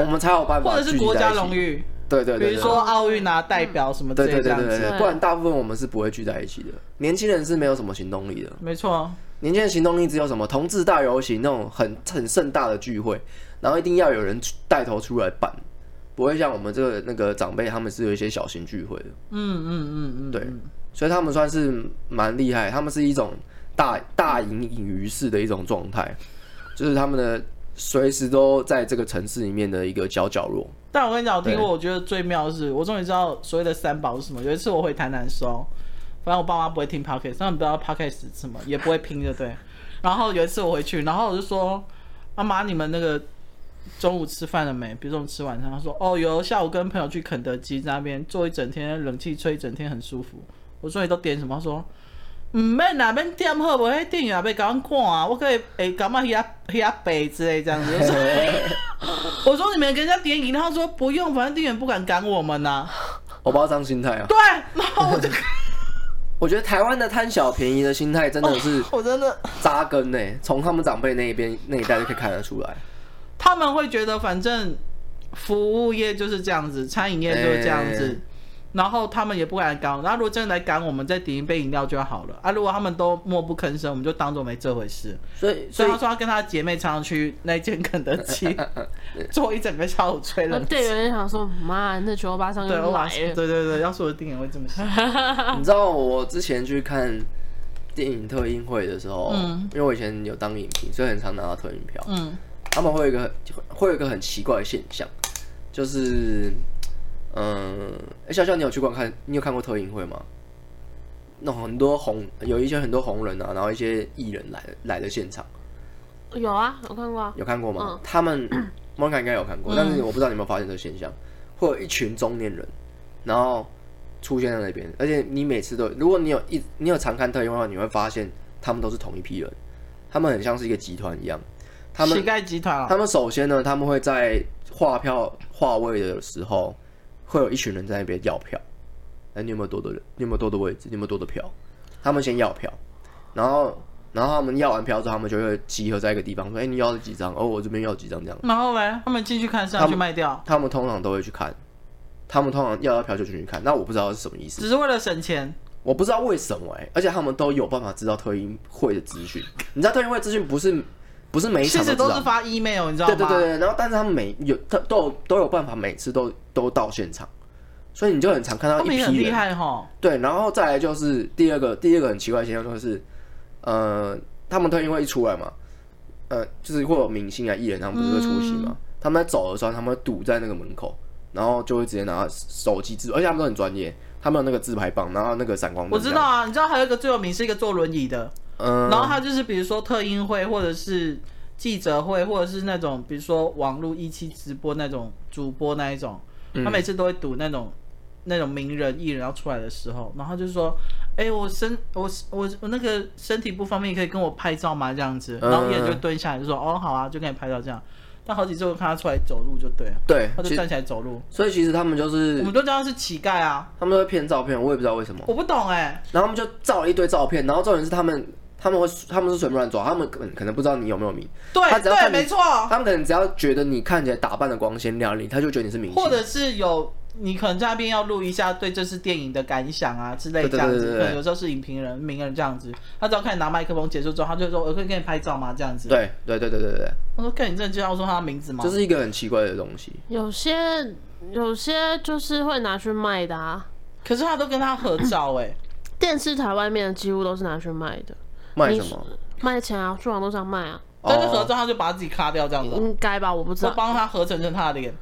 [SPEAKER 2] 我们才有办
[SPEAKER 3] 或
[SPEAKER 2] 法
[SPEAKER 3] 者
[SPEAKER 2] 聚
[SPEAKER 3] 是
[SPEAKER 2] 集
[SPEAKER 3] 国
[SPEAKER 2] 在
[SPEAKER 3] 家
[SPEAKER 2] 一起
[SPEAKER 3] 荣。誉，
[SPEAKER 2] 对对对，对
[SPEAKER 3] 比如说奥运啊代表什么之
[SPEAKER 2] 对
[SPEAKER 3] 类
[SPEAKER 2] 对
[SPEAKER 3] 这
[SPEAKER 2] 对
[SPEAKER 3] 样
[SPEAKER 2] 对对
[SPEAKER 3] 子，
[SPEAKER 2] 对，不然大部分我们是不会聚在一起的。年轻人是没有什么行动力的，
[SPEAKER 3] 没错，
[SPEAKER 2] 年轻人行动力只有什么同志大游行那种很很盛大的聚会，然后一定要有人出带头出来办，不会像我们这个那个长辈他们是有一些小型聚会的，
[SPEAKER 3] 嗯嗯嗯嗯，
[SPEAKER 2] 对，所以他们算是蛮厉害，他们是一种大大隐隐于市的一种状态，就是他们的随时都在这个城市里面的一个小角落。
[SPEAKER 3] 但我跟你讲，我听
[SPEAKER 2] 对
[SPEAKER 3] 过，我觉得最妙的是，我终于知道所谓的三宝是什么。有一次我回台南的时候，反正我爸妈不会听 podcast，他们不知道 podcast 是什么，也不会拼，就对。然后有一次我回去，然后我就说：“阿妈，你们那个中午吃饭了没？比如说我们吃晚餐。”他说：“哦，有，下午跟朋友去肯德基那边坐一整天，冷气吹一整天，很舒服。”我说：“你都点什么？”他说：“唔免啦，免点好无，迄电影也袂甲阮看啊，我可以会感觉遐遐白之类这样子。”我说我说你们跟人家点饮料，他说不用，反正店员不敢赶我们 呐、
[SPEAKER 2] 我包张心态啊，
[SPEAKER 3] 对，然后 我就
[SPEAKER 2] 我觉得台湾的贪小便宜的心态真的是
[SPEAKER 3] 我真的，
[SPEAKER 2] 扎根呢、从他们长辈那一边那一代就可以看得出来。
[SPEAKER 3] 他们会觉得反正服务业就是这样子，餐饮业就是这样子，
[SPEAKER 2] 哎
[SPEAKER 3] 然后他们也不敢赶我。那如果真的来赶我们，再点一杯饮料就好了啊。如果他们都默不吭声，我们就当做没这回事。
[SPEAKER 2] 所以，所
[SPEAKER 3] 所以
[SPEAKER 2] 以
[SPEAKER 3] 他说他跟他姐妹常常去那间肯德 基坐一整个下午吹
[SPEAKER 1] 那
[SPEAKER 2] 哦
[SPEAKER 3] 冷气。
[SPEAKER 1] 店员就想说，妈，那九八上
[SPEAKER 3] 对，
[SPEAKER 1] 又
[SPEAKER 3] 我
[SPEAKER 1] 来
[SPEAKER 2] 嗯
[SPEAKER 3] 马
[SPEAKER 1] 了
[SPEAKER 3] 对。对对，要是我的店员会这么想，
[SPEAKER 2] 你知道我之前去看电影特映会的时候，
[SPEAKER 3] 嗯
[SPEAKER 2] 因为我以前有当影评，所以很常拿到特映票。
[SPEAKER 3] 嗯，
[SPEAKER 2] 他们会有一个会有一个很奇怪的现象，就是，嗯，诶笑笑，你有去观看？你有看过特映会吗？那很多红有一些很多红人啊，然后一些艺人来来的现场，
[SPEAKER 1] 有啊，我看过啊。
[SPEAKER 2] 有看过吗？
[SPEAKER 1] 嗯
[SPEAKER 2] 他们莫妮卡应该有看过，但是我不知道你有没有发现这个现象，会有一群中年人，然后出现在那边，而且你每次都，如果你有一你有常看特映会的话，你会发现他们都是同一批人，他们很像是一个集团一样，他们
[SPEAKER 3] 乞丐集团啊，
[SPEAKER 2] 他们首先呢，他们会在划票划位的时候，会有一群人在那边要票。哎、你有没有多的人？你有没有多的位置？你有没有多的票？他们先要票，然后然后他们要完票之后，他们就会集合在一个地方说：“哎、你要几张？哦，我这边要几张这样。
[SPEAKER 3] 然后嘞，他们进去看是要
[SPEAKER 2] 他
[SPEAKER 3] 去
[SPEAKER 2] 们
[SPEAKER 3] 卖掉。”
[SPEAKER 2] 他们通常都会去看，他们通常要到票就进去看。那我不知道是什么意思，
[SPEAKER 3] 只是为了省钱。
[SPEAKER 2] 我不知道为什么哎、而且他们都有办法知道特映会的资讯。你知道特映会资讯不是不是每一
[SPEAKER 3] 其
[SPEAKER 2] 场
[SPEAKER 3] 实
[SPEAKER 2] 都
[SPEAKER 3] 都
[SPEAKER 2] 知道
[SPEAKER 3] 是发 email，你知道吗？
[SPEAKER 2] 对对对对，然后但是他们每有他都有都有办法，每次都都到现场，所以你就很常看到
[SPEAKER 3] 他
[SPEAKER 2] 一
[SPEAKER 3] 们也很
[SPEAKER 2] 批
[SPEAKER 3] 厉
[SPEAKER 2] 人。
[SPEAKER 3] 害哈。
[SPEAKER 2] 对，然后再来就是第二个第二个很奇怪的现象就是，呃，他们特映会一出来嘛，呃，就是会有明星啊艺人他们不是会出席嘛，他们在走的时候他们会堵在那个门口，然后就会直接拿手机自，而且他们都很专业，他们有那个自拍棒，然后那个闪光灯
[SPEAKER 3] 我
[SPEAKER 2] 这
[SPEAKER 3] 知
[SPEAKER 2] 样，
[SPEAKER 3] 道啊，你知道还有一个最有名是一个坐轮椅的，
[SPEAKER 2] 嗯、
[SPEAKER 3] 然后他就是比如说特映会或者是记者会或者是那种比如说网络一期直播那种主播那一种，
[SPEAKER 2] 嗯
[SPEAKER 3] 他每次都会赌那种那种名人艺人要出来的时候，然后就说，哎、我身我我我那个身体不方便，可以跟我拍照吗？这样子，
[SPEAKER 2] 嗯
[SPEAKER 3] 然后艺人就蹲下来就说，哦好啊，就跟你拍照这样。但好几次我看他出来走路就对了，
[SPEAKER 2] 对
[SPEAKER 3] 他，
[SPEAKER 2] 其
[SPEAKER 3] 就
[SPEAKER 2] 实
[SPEAKER 3] 站起来走路，
[SPEAKER 2] 所以其实他们就
[SPEAKER 3] 我
[SPEAKER 2] 是
[SPEAKER 3] 们都知道他是乞丐啊。
[SPEAKER 2] 他们都会骗照片，我也不知道为什么。
[SPEAKER 3] 我不懂哎、
[SPEAKER 2] 然后他们就照了一堆照片，然后重点是他们他们会他们是随便乱抓，他们可能可能不知道你有没有名，他
[SPEAKER 3] 对
[SPEAKER 2] 只要看
[SPEAKER 3] 对，
[SPEAKER 2] 你
[SPEAKER 3] 没错，
[SPEAKER 2] 他们可能只要觉得你看起来打扮的光鲜亮丽，他就觉得你是明星
[SPEAKER 3] 或。者是有你可能在那边要录一下对这次电影的感想啊之类
[SPEAKER 2] 对
[SPEAKER 3] 这
[SPEAKER 2] 对
[SPEAKER 3] 样
[SPEAKER 2] 对
[SPEAKER 3] 子，
[SPEAKER 2] 对对
[SPEAKER 3] 可能有时候是影评人、名人这样子，他只要看你拿麦克风结束之后，他就说呃我可以跟你拍照吗？这样子，
[SPEAKER 2] 对对对对对对，
[SPEAKER 3] 我说看你真的知道说他的名字吗？
[SPEAKER 2] 这是一个很奇怪的东西。
[SPEAKER 1] 有些有些就是会拿去卖的啊，
[SPEAKER 3] 可是他都跟他合照哎、
[SPEAKER 2] 嗯
[SPEAKER 1] 电视台外面的几乎都是拿去卖的，
[SPEAKER 2] 卖什么？
[SPEAKER 1] 卖钱啊，去网络上卖啊，
[SPEAKER 3] 但是合
[SPEAKER 2] 哦
[SPEAKER 3] 照他就把自己卡掉这样子哦，
[SPEAKER 1] 应该吧？我不知
[SPEAKER 3] 就
[SPEAKER 1] 道，
[SPEAKER 3] 帮他合成成他的脸，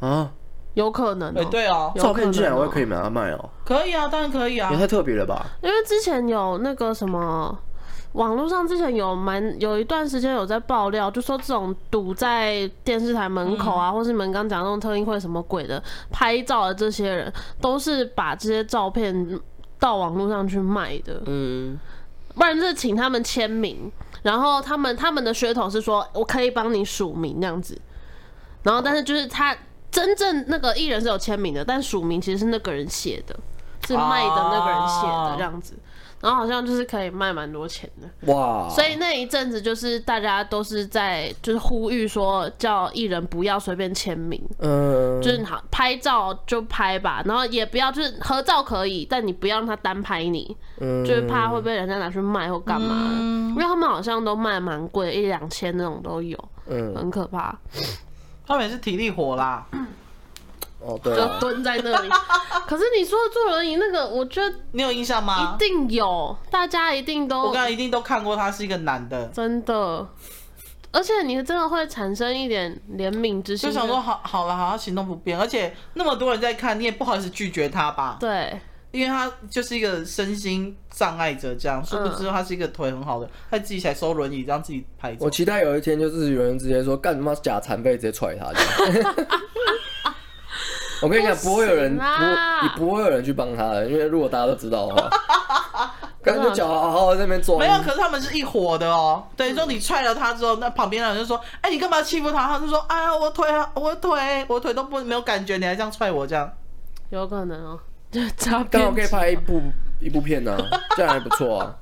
[SPEAKER 2] 啊，
[SPEAKER 1] 有可能、
[SPEAKER 2] 嗯
[SPEAKER 3] 哎、
[SPEAKER 1] 哦。
[SPEAKER 3] 对哦，
[SPEAKER 1] 有
[SPEAKER 2] 照片竟然
[SPEAKER 1] 可
[SPEAKER 2] 会
[SPEAKER 1] 能哦
[SPEAKER 2] 可以拿来卖哦，
[SPEAKER 3] 可以啊，当然可以啊
[SPEAKER 2] 也，太特别了吧？
[SPEAKER 1] 因为之前有那个什么，网络上之前有蛮有一段时间有在爆料，就说这种堵在电视台门口啊，或是你们刚讲那种特映会什么鬼的拍照的这些人，都是把这些照片到网络上去卖的，
[SPEAKER 2] 嗯，
[SPEAKER 1] 不然就是请他们签名，然后他们他们的噱头是说我可以帮你署名这样子，然后但是就是他真正那个艺人是有签名的，但署名其实是那个人写的，是卖的那个人写
[SPEAKER 3] 哦
[SPEAKER 1] 的这样子，然后好像就是可以卖蛮多钱的。
[SPEAKER 2] 哇，
[SPEAKER 1] 所以那一阵子就是大家都是在就是呼吁说叫艺人不要随便签名，
[SPEAKER 2] 嗯，
[SPEAKER 1] 就是好拍照就拍吧，然后也不要就是合照可以，但你不要让他单拍你，
[SPEAKER 2] 嗯
[SPEAKER 1] 就是怕会被人家拿去卖或干嘛，因为他们好像都卖蛮贵，一两千那种都有，
[SPEAKER 2] 嗯
[SPEAKER 1] 很可怕，
[SPEAKER 3] 他们也是体力活啦，
[SPEAKER 2] 哦对
[SPEAKER 1] 就
[SPEAKER 2] 啊，
[SPEAKER 1] 蹲在那 里。可是你说的坐轮椅那个，我觉得
[SPEAKER 3] 你有印象吗？
[SPEAKER 1] 一定有，大家一定
[SPEAKER 3] 我
[SPEAKER 1] 都
[SPEAKER 3] 刚才一定都看过，他是一个男的，
[SPEAKER 1] 真的。而且你真的会产生一点怜悯之心，
[SPEAKER 3] 就想说好好了，好像行动不便，而且那么多人在看，你也不好意思拒绝他吧，
[SPEAKER 1] 对，
[SPEAKER 3] 因为他就是一个身心障碍者，这样殊不知他是一个腿很好的，他自己才收轮椅让自己排走
[SPEAKER 2] 嗯我。期待有一天就是有人直接说干他妈假残废，直接踹他这样。 我跟你讲，
[SPEAKER 1] 不
[SPEAKER 2] 不会有人
[SPEAKER 1] 行啦
[SPEAKER 2] 不，你不会有人去帮他的，因为如果大家都知道的话，干脆就脚好好在那边坐。
[SPEAKER 3] 没有，可是他们是一伙的哦。等于说你踹了他之后，那旁边的人就说：“哎、你干嘛欺负他？”他就说：“哎呀，我腿啊，我腿，我腿都不没有感觉，你还这样踹我这样。
[SPEAKER 1] 有可能哦、 就诈
[SPEAKER 2] 刚好
[SPEAKER 1] 骗
[SPEAKER 2] 可以拍一部一部片呢、啊，这样还不错啊。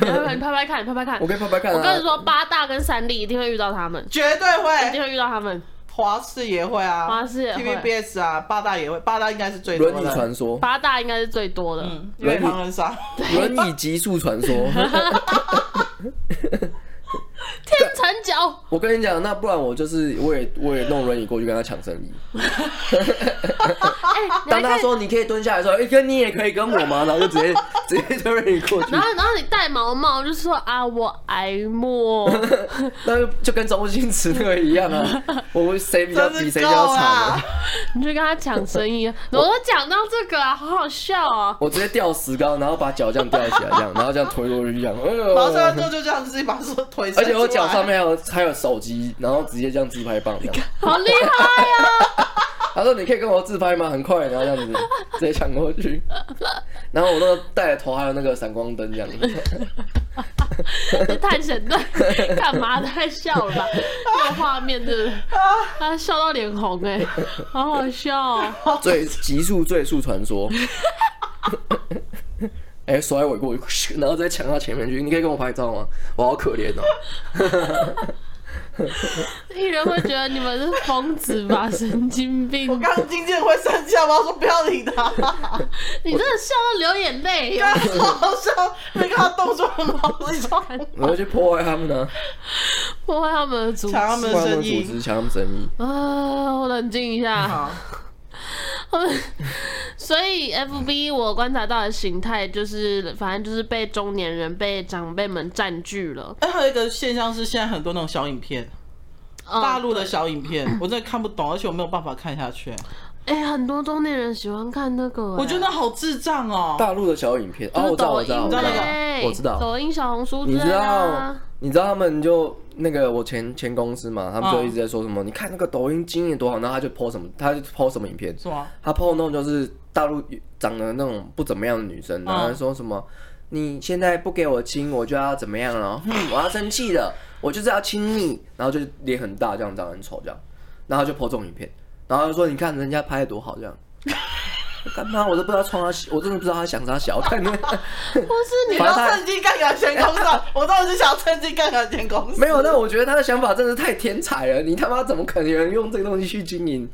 [SPEAKER 1] 集团，你拍拍看，你拍拍看。
[SPEAKER 2] 我可以拍拍看、啊。
[SPEAKER 1] 我跟你，说，八大跟三立一定会遇到他们”，
[SPEAKER 3] 绝对
[SPEAKER 1] 一定
[SPEAKER 3] 会，
[SPEAKER 1] 会遇到他们。
[SPEAKER 3] 华视也会啊，
[SPEAKER 1] 华视也会
[SPEAKER 3] TVBS 啊，八大也会，八大应该是最多
[SPEAKER 2] 轮椅
[SPEAKER 3] 的，
[SPEAKER 2] 传说，
[SPEAKER 1] 八大应该是最多的，
[SPEAKER 3] 嗯，因为
[SPEAKER 2] 轮椅
[SPEAKER 3] 狼人杀，
[SPEAKER 2] 轮椅极速传说。
[SPEAKER 1] 天成角
[SPEAKER 2] 我跟你讲，那不然我就是我也我也弄轮椅过去跟他抢生意。
[SPEAKER 1] 哎
[SPEAKER 2] 当他说你可以蹲下来的时候，哎、哥你也可以跟我吗？然后就直接直接推轮椅过去
[SPEAKER 1] 然，后，然后你戴毛帽，就说啊，我挨摸，
[SPEAKER 2] 那就就跟周星驰那个一样啊。我们谁比较比
[SPEAKER 3] 真是
[SPEAKER 2] 谁
[SPEAKER 3] 够
[SPEAKER 2] 比较惨啊
[SPEAKER 3] 啦！！
[SPEAKER 1] 你去跟他抢生意。我都讲到这个啊，好好笑啊！
[SPEAKER 2] 我直接吊石膏，然后把脚这样吊起来，这样，然后这样推过去，这样。哎呦
[SPEAKER 3] 然后上之后就这样自己把手腿伸
[SPEAKER 2] 而且我
[SPEAKER 3] 出来
[SPEAKER 2] 脚上面还有还有手机，然后直接这样自拍棒这样。
[SPEAKER 1] 好厉害啊！
[SPEAKER 2] 他说：“你可以跟我自拍吗？很快，然后这样子直接抢过去。然后我那个戴的头还有那个闪光灯这样。
[SPEAKER 1] 这探险队 干嘛太笑了吧？那个画面真的，他笑到脸红哎、好好笑、哦。
[SPEAKER 2] 最极速最速传说，哎、甩尾过去，然后再抢到前面去。你可以跟我拍照吗？我好可怜哦。
[SPEAKER 1] 艺人会觉得你们是疯子吧，神经病！
[SPEAKER 3] 我刚刚经纪人会生气，我要说不要 理他，
[SPEAKER 1] 你真的笑到流眼泪，
[SPEAKER 3] 刚刚超好笑，你看他动作很好笑，
[SPEAKER 2] 我要去破坏他们呢、啊
[SPEAKER 1] 破坏他们的组织。
[SPEAKER 3] 抢他
[SPEAKER 2] 破
[SPEAKER 3] 们
[SPEAKER 2] 坏
[SPEAKER 3] 的
[SPEAKER 2] 他们组
[SPEAKER 3] 生意。啊
[SPEAKER 2] 织，抢他们生意。
[SPEAKER 1] 啊，我冷静一下。
[SPEAKER 3] 好，
[SPEAKER 1] 所以 FB
[SPEAKER 3] 嗯
[SPEAKER 1] 我观察到的形态就是，反正就是被中年人、被长辈们占据了。
[SPEAKER 3] 哎，还有一个现象是，现在很多那种小影片，
[SPEAKER 1] 嗯
[SPEAKER 3] 大陆的小影片，我真的看不懂，而且我没有办法看下去。
[SPEAKER 1] 哎、很多中年人喜欢看那个、哎
[SPEAKER 3] 我觉得好智障哦！
[SPEAKER 2] 大陆的小影片，哦，
[SPEAKER 1] 就
[SPEAKER 2] 我
[SPEAKER 1] 是
[SPEAKER 2] 知道，
[SPEAKER 1] 抖
[SPEAKER 2] 我知
[SPEAKER 1] 音
[SPEAKER 2] 道，我知道
[SPEAKER 3] 知道那，
[SPEAKER 1] 对，
[SPEAKER 2] 我知道。
[SPEAKER 1] 抖音、小红书之
[SPEAKER 2] 你
[SPEAKER 1] 类
[SPEAKER 2] 知
[SPEAKER 1] 的
[SPEAKER 2] 道
[SPEAKER 1] 啊。，
[SPEAKER 2] 你知道他们就那个我前前公司嘛，他们
[SPEAKER 1] 嗯
[SPEAKER 2] 就一直在说什么，你看那个抖音经营多好，然后他就 po 什么，他就 po 什么影片，
[SPEAKER 3] 是吗？
[SPEAKER 2] 他 po 那种就是大陆长得那种不怎么样的女生，然后
[SPEAKER 3] 嗯
[SPEAKER 2] 说什么、你现在不给我亲，我就要怎么样了，哼，我要生气了，我就是要亲你，然后就脸很大，这样长得很丑这样，然后他就 po 这种影片，然后他就说你看人家拍的多好这样。干嘛？我都不知道冲他，我真的不知道他想啥 小，但那
[SPEAKER 1] 或是你
[SPEAKER 3] 你要
[SPEAKER 2] 反正他
[SPEAKER 3] 趁机干掉前公司啊，我当时是想趁机干掉前公 司。
[SPEAKER 2] 没有，那我觉得他的想法真的太天才了。你他妈怎么可能有人用这个东西去经 营？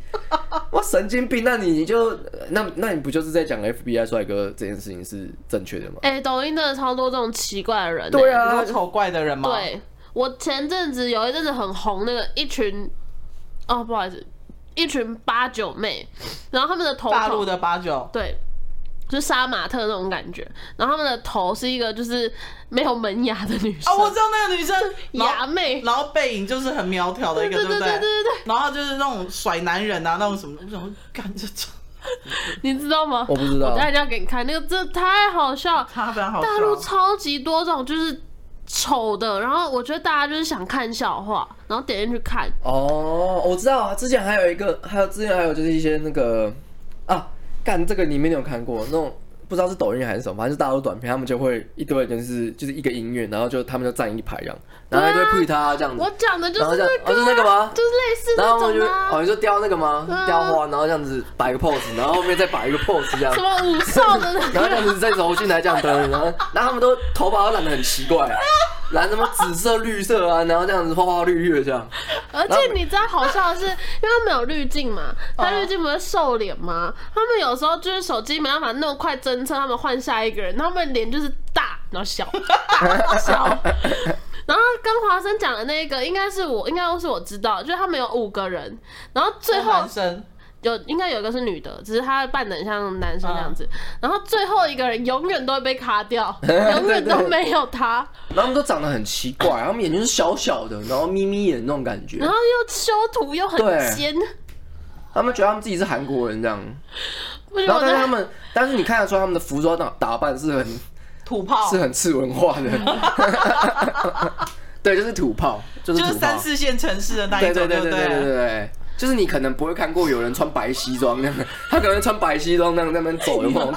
[SPEAKER 2] 我神经病！那你你就那那你不就是在讲 FBI 帅哥这件事情是正确的吗？
[SPEAKER 1] 哎、抖音真的超多这种奇怪的人、哎
[SPEAKER 2] 对
[SPEAKER 3] 你
[SPEAKER 2] 啊
[SPEAKER 3] 说，丑怪的人吗？，
[SPEAKER 1] 对，我前阵子有一阵子很红，那个一群，哦，不好意思，一群八九妹，然后他们的头
[SPEAKER 3] 大
[SPEAKER 1] 头
[SPEAKER 3] 陆的八九，啊
[SPEAKER 1] 对，就是杀马特那种感觉，然后他们的头是一个就是没有门牙的女生，
[SPEAKER 3] 啊，我知道那个女生然后
[SPEAKER 1] 牙妹，
[SPEAKER 3] 然后背影就是很苗条的一
[SPEAKER 1] 对
[SPEAKER 3] 个，
[SPEAKER 1] 对
[SPEAKER 3] 不
[SPEAKER 1] 对对对对，
[SPEAKER 3] 然后就是那种甩男人啊，那种什么，我想说干这种，
[SPEAKER 1] 你知道吗？
[SPEAKER 2] 我不知道
[SPEAKER 1] 我等一下给你看那个，真的太好笑了，
[SPEAKER 3] 他非常好笑。
[SPEAKER 1] 大陆超级多这种就是丑的，然后我觉得大家就是想看笑话，然后点进去看，
[SPEAKER 2] 哦，我知道啊，之前还有一个，还有之前还有就是一些那个啊，干这个你们有看过那种不知道是抖音还是什么，反正就大陆短片，他们就会一堆人就是就是一个音乐，然后就他们就站一排这样，
[SPEAKER 4] 然后一堆配他这样子
[SPEAKER 1] 我，讲的就
[SPEAKER 4] 然后
[SPEAKER 1] 是
[SPEAKER 4] 这样
[SPEAKER 1] 那，
[SPEAKER 4] 哦
[SPEAKER 1] 个，啊
[SPEAKER 4] 是那个吗？
[SPEAKER 1] 就是类似
[SPEAKER 4] 然
[SPEAKER 1] 那
[SPEAKER 4] 后我就
[SPEAKER 1] 种
[SPEAKER 4] 哦，
[SPEAKER 1] 啊，
[SPEAKER 4] 你说雕那个吗
[SPEAKER 1] 嗯？
[SPEAKER 4] 雕花，然后这样子摆个 pose，然后后面再摆一个 pose 这样
[SPEAKER 1] 什，么武兽的那
[SPEAKER 4] 然后
[SPEAKER 1] 个
[SPEAKER 4] 这样子再揉进来这样灯，然后然后他们都头发都染的很奇 怪，染什么紫色、绿色啊，然后这样子花花绿绿的这样。
[SPEAKER 1] 而且你知道好笑的是，因为它没有滤镜嘛，
[SPEAKER 4] 哦
[SPEAKER 1] 它滤镜不是瘦脸吗？他们有时候就是手机没办法那么快侦测，他们换下一个人，他们脸就是大然后小 大小。然后跟华生讲的那个应该是我，应该是我知道，就是他们有五个人，然后最后
[SPEAKER 3] 男生
[SPEAKER 1] 有应该有一个是女的，只是她扮的像男生那样
[SPEAKER 4] 啊
[SPEAKER 1] 子，然后最后一个人永远都会被 卡掉，永远都没有他，
[SPEAKER 4] 然后他们都长得很奇怪，他们眼睛是小小的，然后眯眯眼那种感觉
[SPEAKER 1] 然。后又修图又很
[SPEAKER 4] 对
[SPEAKER 1] 尖，
[SPEAKER 4] 他们觉得他们自己是韩国人这样，
[SPEAKER 1] 不觉得
[SPEAKER 4] 然后
[SPEAKER 1] 嗯我
[SPEAKER 4] 但是
[SPEAKER 1] 在
[SPEAKER 4] 他们，但是你看得出他们的服装打打扮是很
[SPEAKER 3] 土炮
[SPEAKER 1] 哦
[SPEAKER 4] 是，很次文化的， 对，就是土炮，就
[SPEAKER 3] 就是是
[SPEAKER 4] 土炮
[SPEAKER 3] 三，四线城市的那
[SPEAKER 4] 对
[SPEAKER 3] 一
[SPEAKER 4] 对
[SPEAKER 3] 种，
[SPEAKER 4] 对
[SPEAKER 3] 不
[SPEAKER 4] 对对对对对。就是你可能不会看过有人穿白西装那样的， 他可能穿白西装那样在那边走，有没有？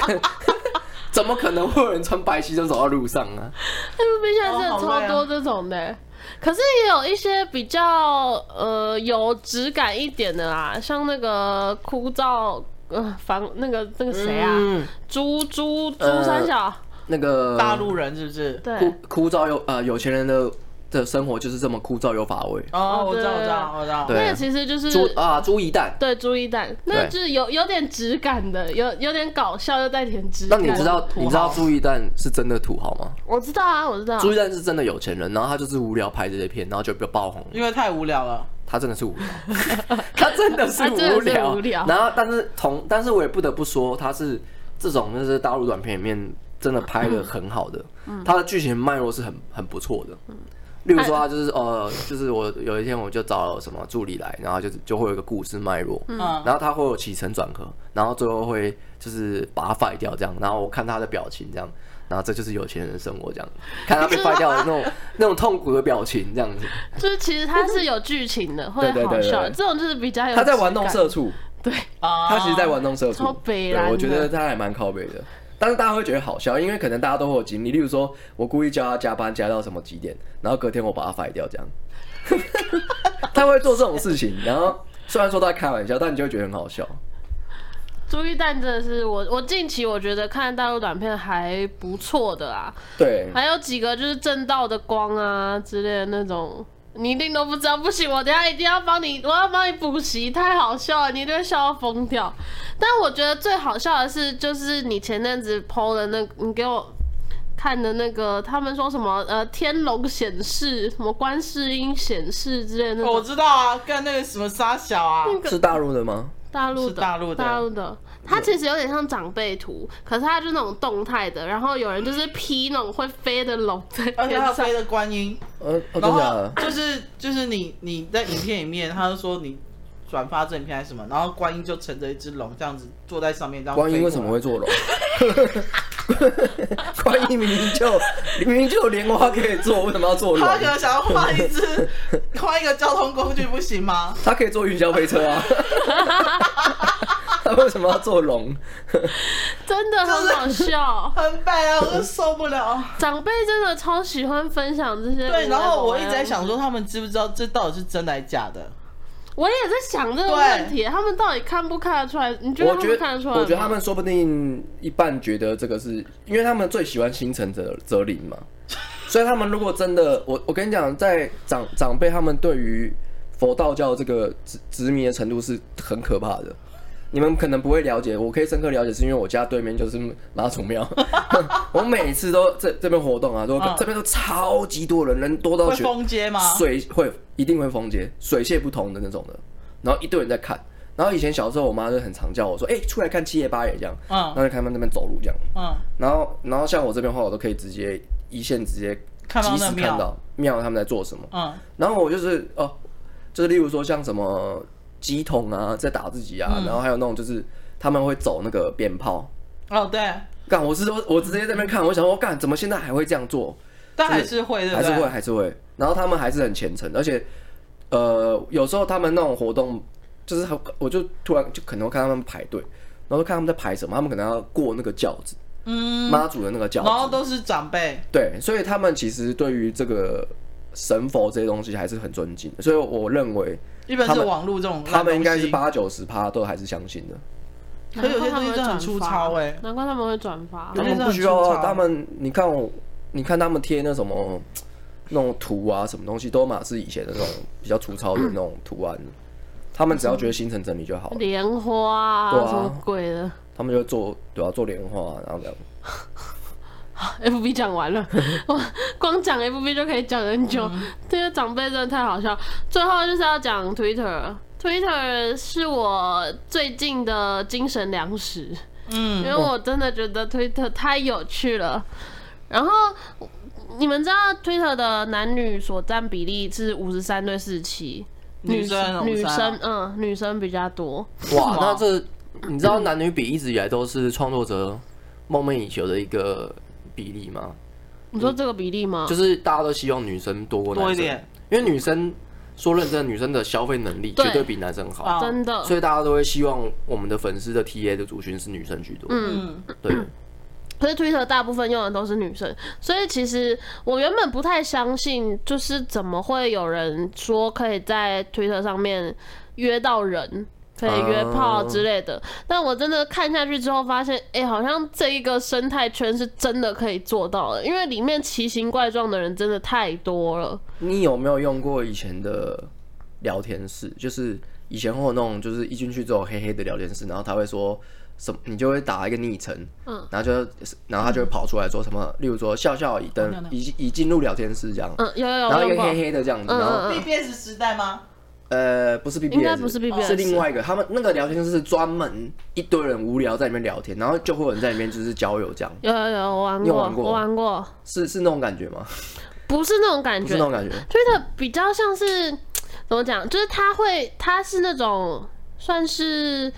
[SPEAKER 4] 怎么可能会有人穿白西装走到路上啊？
[SPEAKER 1] FB 现在真的
[SPEAKER 3] 哦好累
[SPEAKER 1] 超多
[SPEAKER 3] 啊
[SPEAKER 1] 这种的欸、可是也有一些比较呃有质感一点的啦，像那个枯燥呃房那个那个谁啊，
[SPEAKER 4] 嗯，
[SPEAKER 1] 朱朱朱
[SPEAKER 4] 呃
[SPEAKER 1] 三小，
[SPEAKER 4] 那个
[SPEAKER 3] 大陆人是不是？
[SPEAKER 1] 对
[SPEAKER 4] 枯枯燥又呃有钱人的的生活就是这么枯燥又乏味。
[SPEAKER 3] 哦，
[SPEAKER 1] 哦
[SPEAKER 3] 我知道，
[SPEAKER 1] 对
[SPEAKER 3] 我知道，我知道。
[SPEAKER 4] 对
[SPEAKER 1] 那个其实就是
[SPEAKER 4] 猪啊猪一蛋，
[SPEAKER 1] 对朱一蛋，那就是有有点质感的，有有点搞笑又带点质
[SPEAKER 4] 那
[SPEAKER 1] 感。
[SPEAKER 4] 你知道
[SPEAKER 3] 土豪
[SPEAKER 4] 你知道朱一蛋是真的土豪吗？
[SPEAKER 1] 我知道啊，我知道。
[SPEAKER 4] 朱一蛋是真的有钱人，然后他就是无聊拍这些片，然后就被爆红。
[SPEAKER 3] 因为太无聊了，
[SPEAKER 4] 他真的是无 聊，他真的是
[SPEAKER 1] 他真的是
[SPEAKER 4] 无聊。
[SPEAKER 1] 无聊
[SPEAKER 4] 然后，但是同，但是我也不得不说，他是这种就是大陆短片里面真的拍的很好的，
[SPEAKER 1] 嗯
[SPEAKER 4] 他的剧情脉络是很很不错的。例如说，他就是呃，就是我有一天我就找什么助理来，然后就是就会有一个故事脉络，
[SPEAKER 3] 嗯，
[SPEAKER 4] 然后他会有起承转合，然后最后会就是把它废掉这样，然后我看他的表情这样，然后这就是有钱人的生活这样，看他被废掉的那种那种痛苦的表情这样子，
[SPEAKER 1] 就是其实它是有剧情的，会
[SPEAKER 2] 对对对
[SPEAKER 1] 好
[SPEAKER 2] 对
[SPEAKER 1] 笑。
[SPEAKER 2] 对
[SPEAKER 1] 这种就是比较有
[SPEAKER 2] 他在玩弄
[SPEAKER 1] 质
[SPEAKER 2] 社畜，
[SPEAKER 3] 啊
[SPEAKER 2] 他其实在玩弄社畜，
[SPEAKER 1] 超北
[SPEAKER 2] 对
[SPEAKER 1] 蓝
[SPEAKER 2] 我觉得
[SPEAKER 1] 的
[SPEAKER 2] 他还蛮靠北的。但是大家会觉得好笑，因为可能大家都会有经历，例如说我故意叫他加班加到什么几点，然后隔天我把他甩掉这样， 他会做这种事情，然后虽然说他在开玩笑，但你就会觉得很好笑。
[SPEAKER 1] 感。朱一蛋真的是我我近期我觉得看大陆短片还不错的啊啦，
[SPEAKER 2] 对，
[SPEAKER 1] 还有几个就是正道的光啊之类的那种，你一定都不知道。不行，我等一下一定要帮你，我要帮你补习，太好笑了，你一定会笑到疯掉。但我觉得最好笑的是，就是你前阵子 PO 的那，你给我。看的那个，他们说什么呃，天龙显示，什么观世音显示之类的那
[SPEAKER 3] 哦我
[SPEAKER 1] 种，
[SPEAKER 3] 知道啊，干那个什么沙小啊，
[SPEAKER 1] 嗯
[SPEAKER 2] 是大陆的吗？
[SPEAKER 1] 大陆
[SPEAKER 3] 是
[SPEAKER 1] 的，
[SPEAKER 3] 大陆的
[SPEAKER 1] 大陆的，它其实有点像长辈图，可是它就是那种动态的，然后有人就是披那种会飞的龙在
[SPEAKER 3] 而且
[SPEAKER 1] 天
[SPEAKER 3] 哦他
[SPEAKER 1] 上，
[SPEAKER 3] 飞的观音，
[SPEAKER 2] 呃，哦真
[SPEAKER 3] 然
[SPEAKER 2] 的
[SPEAKER 3] 后
[SPEAKER 2] 假的？
[SPEAKER 3] 就是就是你你在影片里面，他就说你转发这影片还是什么，然后观音就乘着一只龙这样子坐在上面，这样
[SPEAKER 2] 观音为什么会坐 龙？观音明明就明明就有莲花可以坐，为什么要坐
[SPEAKER 3] 飞过
[SPEAKER 2] 龙
[SPEAKER 3] 来？他可能想要换 一只换一个交通工具不行吗？
[SPEAKER 2] 他可以坐云霄飞车啊， 他为什么要坐龙？
[SPEAKER 1] 真的很好笑。
[SPEAKER 3] 很白啊，我都受不了。
[SPEAKER 1] 长辈真的超喜欢分享这些。
[SPEAKER 3] 对，然后我一直在，想说，他们知不知道这到底是真还是假的？
[SPEAKER 1] 我也在想这个问题，他们到底看不看得出来？你觉得
[SPEAKER 2] 我
[SPEAKER 1] 他
[SPEAKER 2] 觉
[SPEAKER 1] 们看
[SPEAKER 2] 得
[SPEAKER 1] 得出来吗？
[SPEAKER 2] 我觉得他们说不定一半觉得这个是因为他们最喜欢心诚则则灵嘛， 所以他们如果真的，我我跟你讲，在长长辈他们对于佛道教这个执执迷的程度是很可怕的。你们可能不会了解，我可以深刻了解，是因为我家对面就是妈祖 庙，我每次都这这边活动啊，都、
[SPEAKER 3] 嗯
[SPEAKER 2] 这边都超级多人，人多到
[SPEAKER 3] 会
[SPEAKER 2] 觉得
[SPEAKER 3] 封街吗？
[SPEAKER 2] 水会一定会封街，水泄不通的那种的。然后一堆人在看。然后以前小时候，我妈就很常叫我说：“哎、出来看七爷八爷这样。”然
[SPEAKER 3] 嗯
[SPEAKER 2] 后就看他们那边走路这样。
[SPEAKER 3] 嗯，
[SPEAKER 2] 然后，然后像我这边的话，我都可以直接一线直接
[SPEAKER 3] 看到
[SPEAKER 2] 及时
[SPEAKER 3] 那
[SPEAKER 2] 看
[SPEAKER 3] 庙，
[SPEAKER 2] 到庙他们在做什么。
[SPEAKER 3] 嗯
[SPEAKER 2] 然后我就是哦，就是例如说像什么鸡桶啊，在打自己啊，
[SPEAKER 3] 嗯
[SPEAKER 2] 然后还有那种就是他们会走那个鞭炮。
[SPEAKER 3] 哦对，
[SPEAKER 2] 干，我是说，我直接在那边看，我想说，干，怎么现在还会这样做？
[SPEAKER 3] 但还是会对不
[SPEAKER 2] 还
[SPEAKER 3] 对？
[SPEAKER 2] 是会，还是会。然后他们还是很虔诚，而且呃，有时候他们那种活动，就是很我就突然就可能会看他们排队，然后看他们在排什么，他们可能要过那个轿子，
[SPEAKER 3] 嗯，
[SPEAKER 2] 妈祖的那个教
[SPEAKER 3] 然后
[SPEAKER 2] 主，
[SPEAKER 3] 都是长辈，
[SPEAKER 2] 对，所以他们其实对于这个神佛这些东西还是很尊敬的，所以我认为
[SPEAKER 3] 日本
[SPEAKER 2] 他
[SPEAKER 3] 是
[SPEAKER 2] 们
[SPEAKER 3] 网络这种烂东西，
[SPEAKER 2] 他们应该是八九十趴都还是相信的，
[SPEAKER 3] 可有些东西真的很粗糙哎
[SPEAKER 1] 难怪他们会转发
[SPEAKER 3] 有
[SPEAKER 2] 他
[SPEAKER 3] 些。真
[SPEAKER 2] 们
[SPEAKER 3] 的
[SPEAKER 2] 不
[SPEAKER 3] 很
[SPEAKER 2] 需要
[SPEAKER 3] 粗
[SPEAKER 2] 啊，
[SPEAKER 3] 糙
[SPEAKER 2] 他们你看我，你看他们贴那什么那种图啊，什么东西都嘛是以前的那种比较粗糙的那种图案，他们只要觉得心诚整理就好
[SPEAKER 3] 嗯
[SPEAKER 2] 了，
[SPEAKER 1] 莲花啊，
[SPEAKER 2] 对啊
[SPEAKER 1] 什么鬼的
[SPEAKER 2] 他们就做对啊，做莲花、然后这样。
[SPEAKER 1] ？FB 讲完 了，我光讲 FB 就可以讲很久。
[SPEAKER 3] 嗯
[SPEAKER 1] 这些长辈真的太好笑。最后就是要讲 Twitter。Twitter 是我最近的精神粮食，因
[SPEAKER 3] 嗯，
[SPEAKER 1] 为我真的觉得 Twitter 太有趣了。然后你们知道 Twitter 的男女所占比例是五十三对四十七，
[SPEAKER 3] 女生啊
[SPEAKER 1] 女
[SPEAKER 3] 53
[SPEAKER 1] 生嗯女生比较多。
[SPEAKER 4] 哇，那这你知道男女比一直以来都是创作者梦寐以求的一个比例吗？
[SPEAKER 3] 嗯
[SPEAKER 1] 你说这个比例吗？
[SPEAKER 4] 就是大家都希望女生多过男
[SPEAKER 3] 多
[SPEAKER 4] 生，
[SPEAKER 3] 一点，
[SPEAKER 4] 因为女生说认真的，女生的消费能力
[SPEAKER 1] 对
[SPEAKER 4] 绝对比男生好，
[SPEAKER 3] 啊
[SPEAKER 1] 真的，
[SPEAKER 4] 所以大家都会希望我们的粉丝的 TA 的族群是女生居多。
[SPEAKER 1] 嗯，
[SPEAKER 3] 嗯，
[SPEAKER 4] 对，
[SPEAKER 1] 可是 Twitter 大部分用的都是女生，所以其实我原本不太相信，就是怎么会有人说可以在 Twitter 上面约到人。可以约炮之类的，但我真的看下去之后发现，哎、好像这一个生态圈是真的可以做到的，因为里面奇形怪状的人真的太多了。
[SPEAKER 2] 你有没有用过以前的聊天室？就是以前会有那种，就是一进去之后黑黑的聊天室，然后他会说什么，你就会打一个昵称，
[SPEAKER 1] 嗯，
[SPEAKER 2] 然后就然后他就会跑出来说什么，例如说笑笑已登
[SPEAKER 3] 哦那那
[SPEAKER 2] 已已进入聊天室这样，
[SPEAKER 1] 嗯，有有有
[SPEAKER 2] 然后一
[SPEAKER 1] 用
[SPEAKER 2] 个
[SPEAKER 1] 过，
[SPEAKER 2] 黑黑的这样子，
[SPEAKER 1] 嗯
[SPEAKER 2] 然
[SPEAKER 1] 嗯
[SPEAKER 2] 后
[SPEAKER 1] 嗯
[SPEAKER 3] BBS 时代吗？
[SPEAKER 2] 呃不是 BBS，
[SPEAKER 1] 应该不是 BBS
[SPEAKER 2] 哦是另外一个，他们那个聊天室是专门一堆人无聊在里面聊天，然后就会有人在里面就是交友这样，
[SPEAKER 1] 有有有，我玩
[SPEAKER 2] 你有
[SPEAKER 1] 过，
[SPEAKER 2] 玩过
[SPEAKER 1] 我玩过，
[SPEAKER 2] 是是那种感觉吗？
[SPEAKER 1] 不是那种感
[SPEAKER 2] 不
[SPEAKER 1] 觉
[SPEAKER 2] 是那，种感觉，
[SPEAKER 1] Twitter 比较像是怎么讲，就是它会，它是那种算是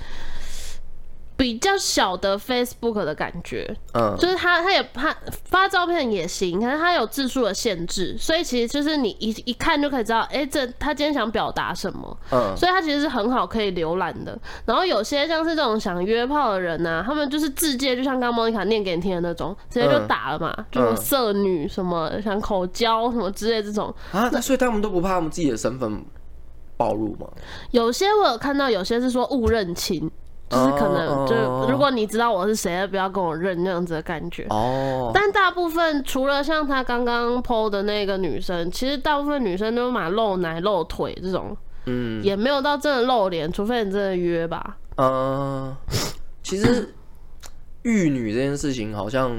[SPEAKER 1] 比较小的 Facebook 的感觉，
[SPEAKER 2] 嗯，
[SPEAKER 1] 就是它它也它发照片也行，可是它有字数的限制，所以其实就是你一一看就可以知道，哎、这他今天想表达什么，
[SPEAKER 2] 嗯
[SPEAKER 1] 所以它其实是很好可以浏览的。然后有些像是这种想约炮的人啊呢、他们就是字界，就像刚刚莫妮卡念给你听的那种，直接就
[SPEAKER 2] 嗯
[SPEAKER 1] 打了嘛，就什么色女什么想口交什么之类这种。
[SPEAKER 2] 啊，那所以他们都不怕他们自己的身份暴露吗？
[SPEAKER 1] 有些我有看到，有些是说误认亲，就是可能
[SPEAKER 2] 哦
[SPEAKER 1] 就如果你知道我是谁，不要跟我认那样子的感觉。
[SPEAKER 2] 哦，
[SPEAKER 1] 但大部分除了像她刚刚 PO 的那个女生，其实大部分女生都买露奶、露腿这种，
[SPEAKER 2] 嗯
[SPEAKER 1] 也没有到真的露脸，除非你真的约吧。
[SPEAKER 2] 呃，其实玉女这件事情，好像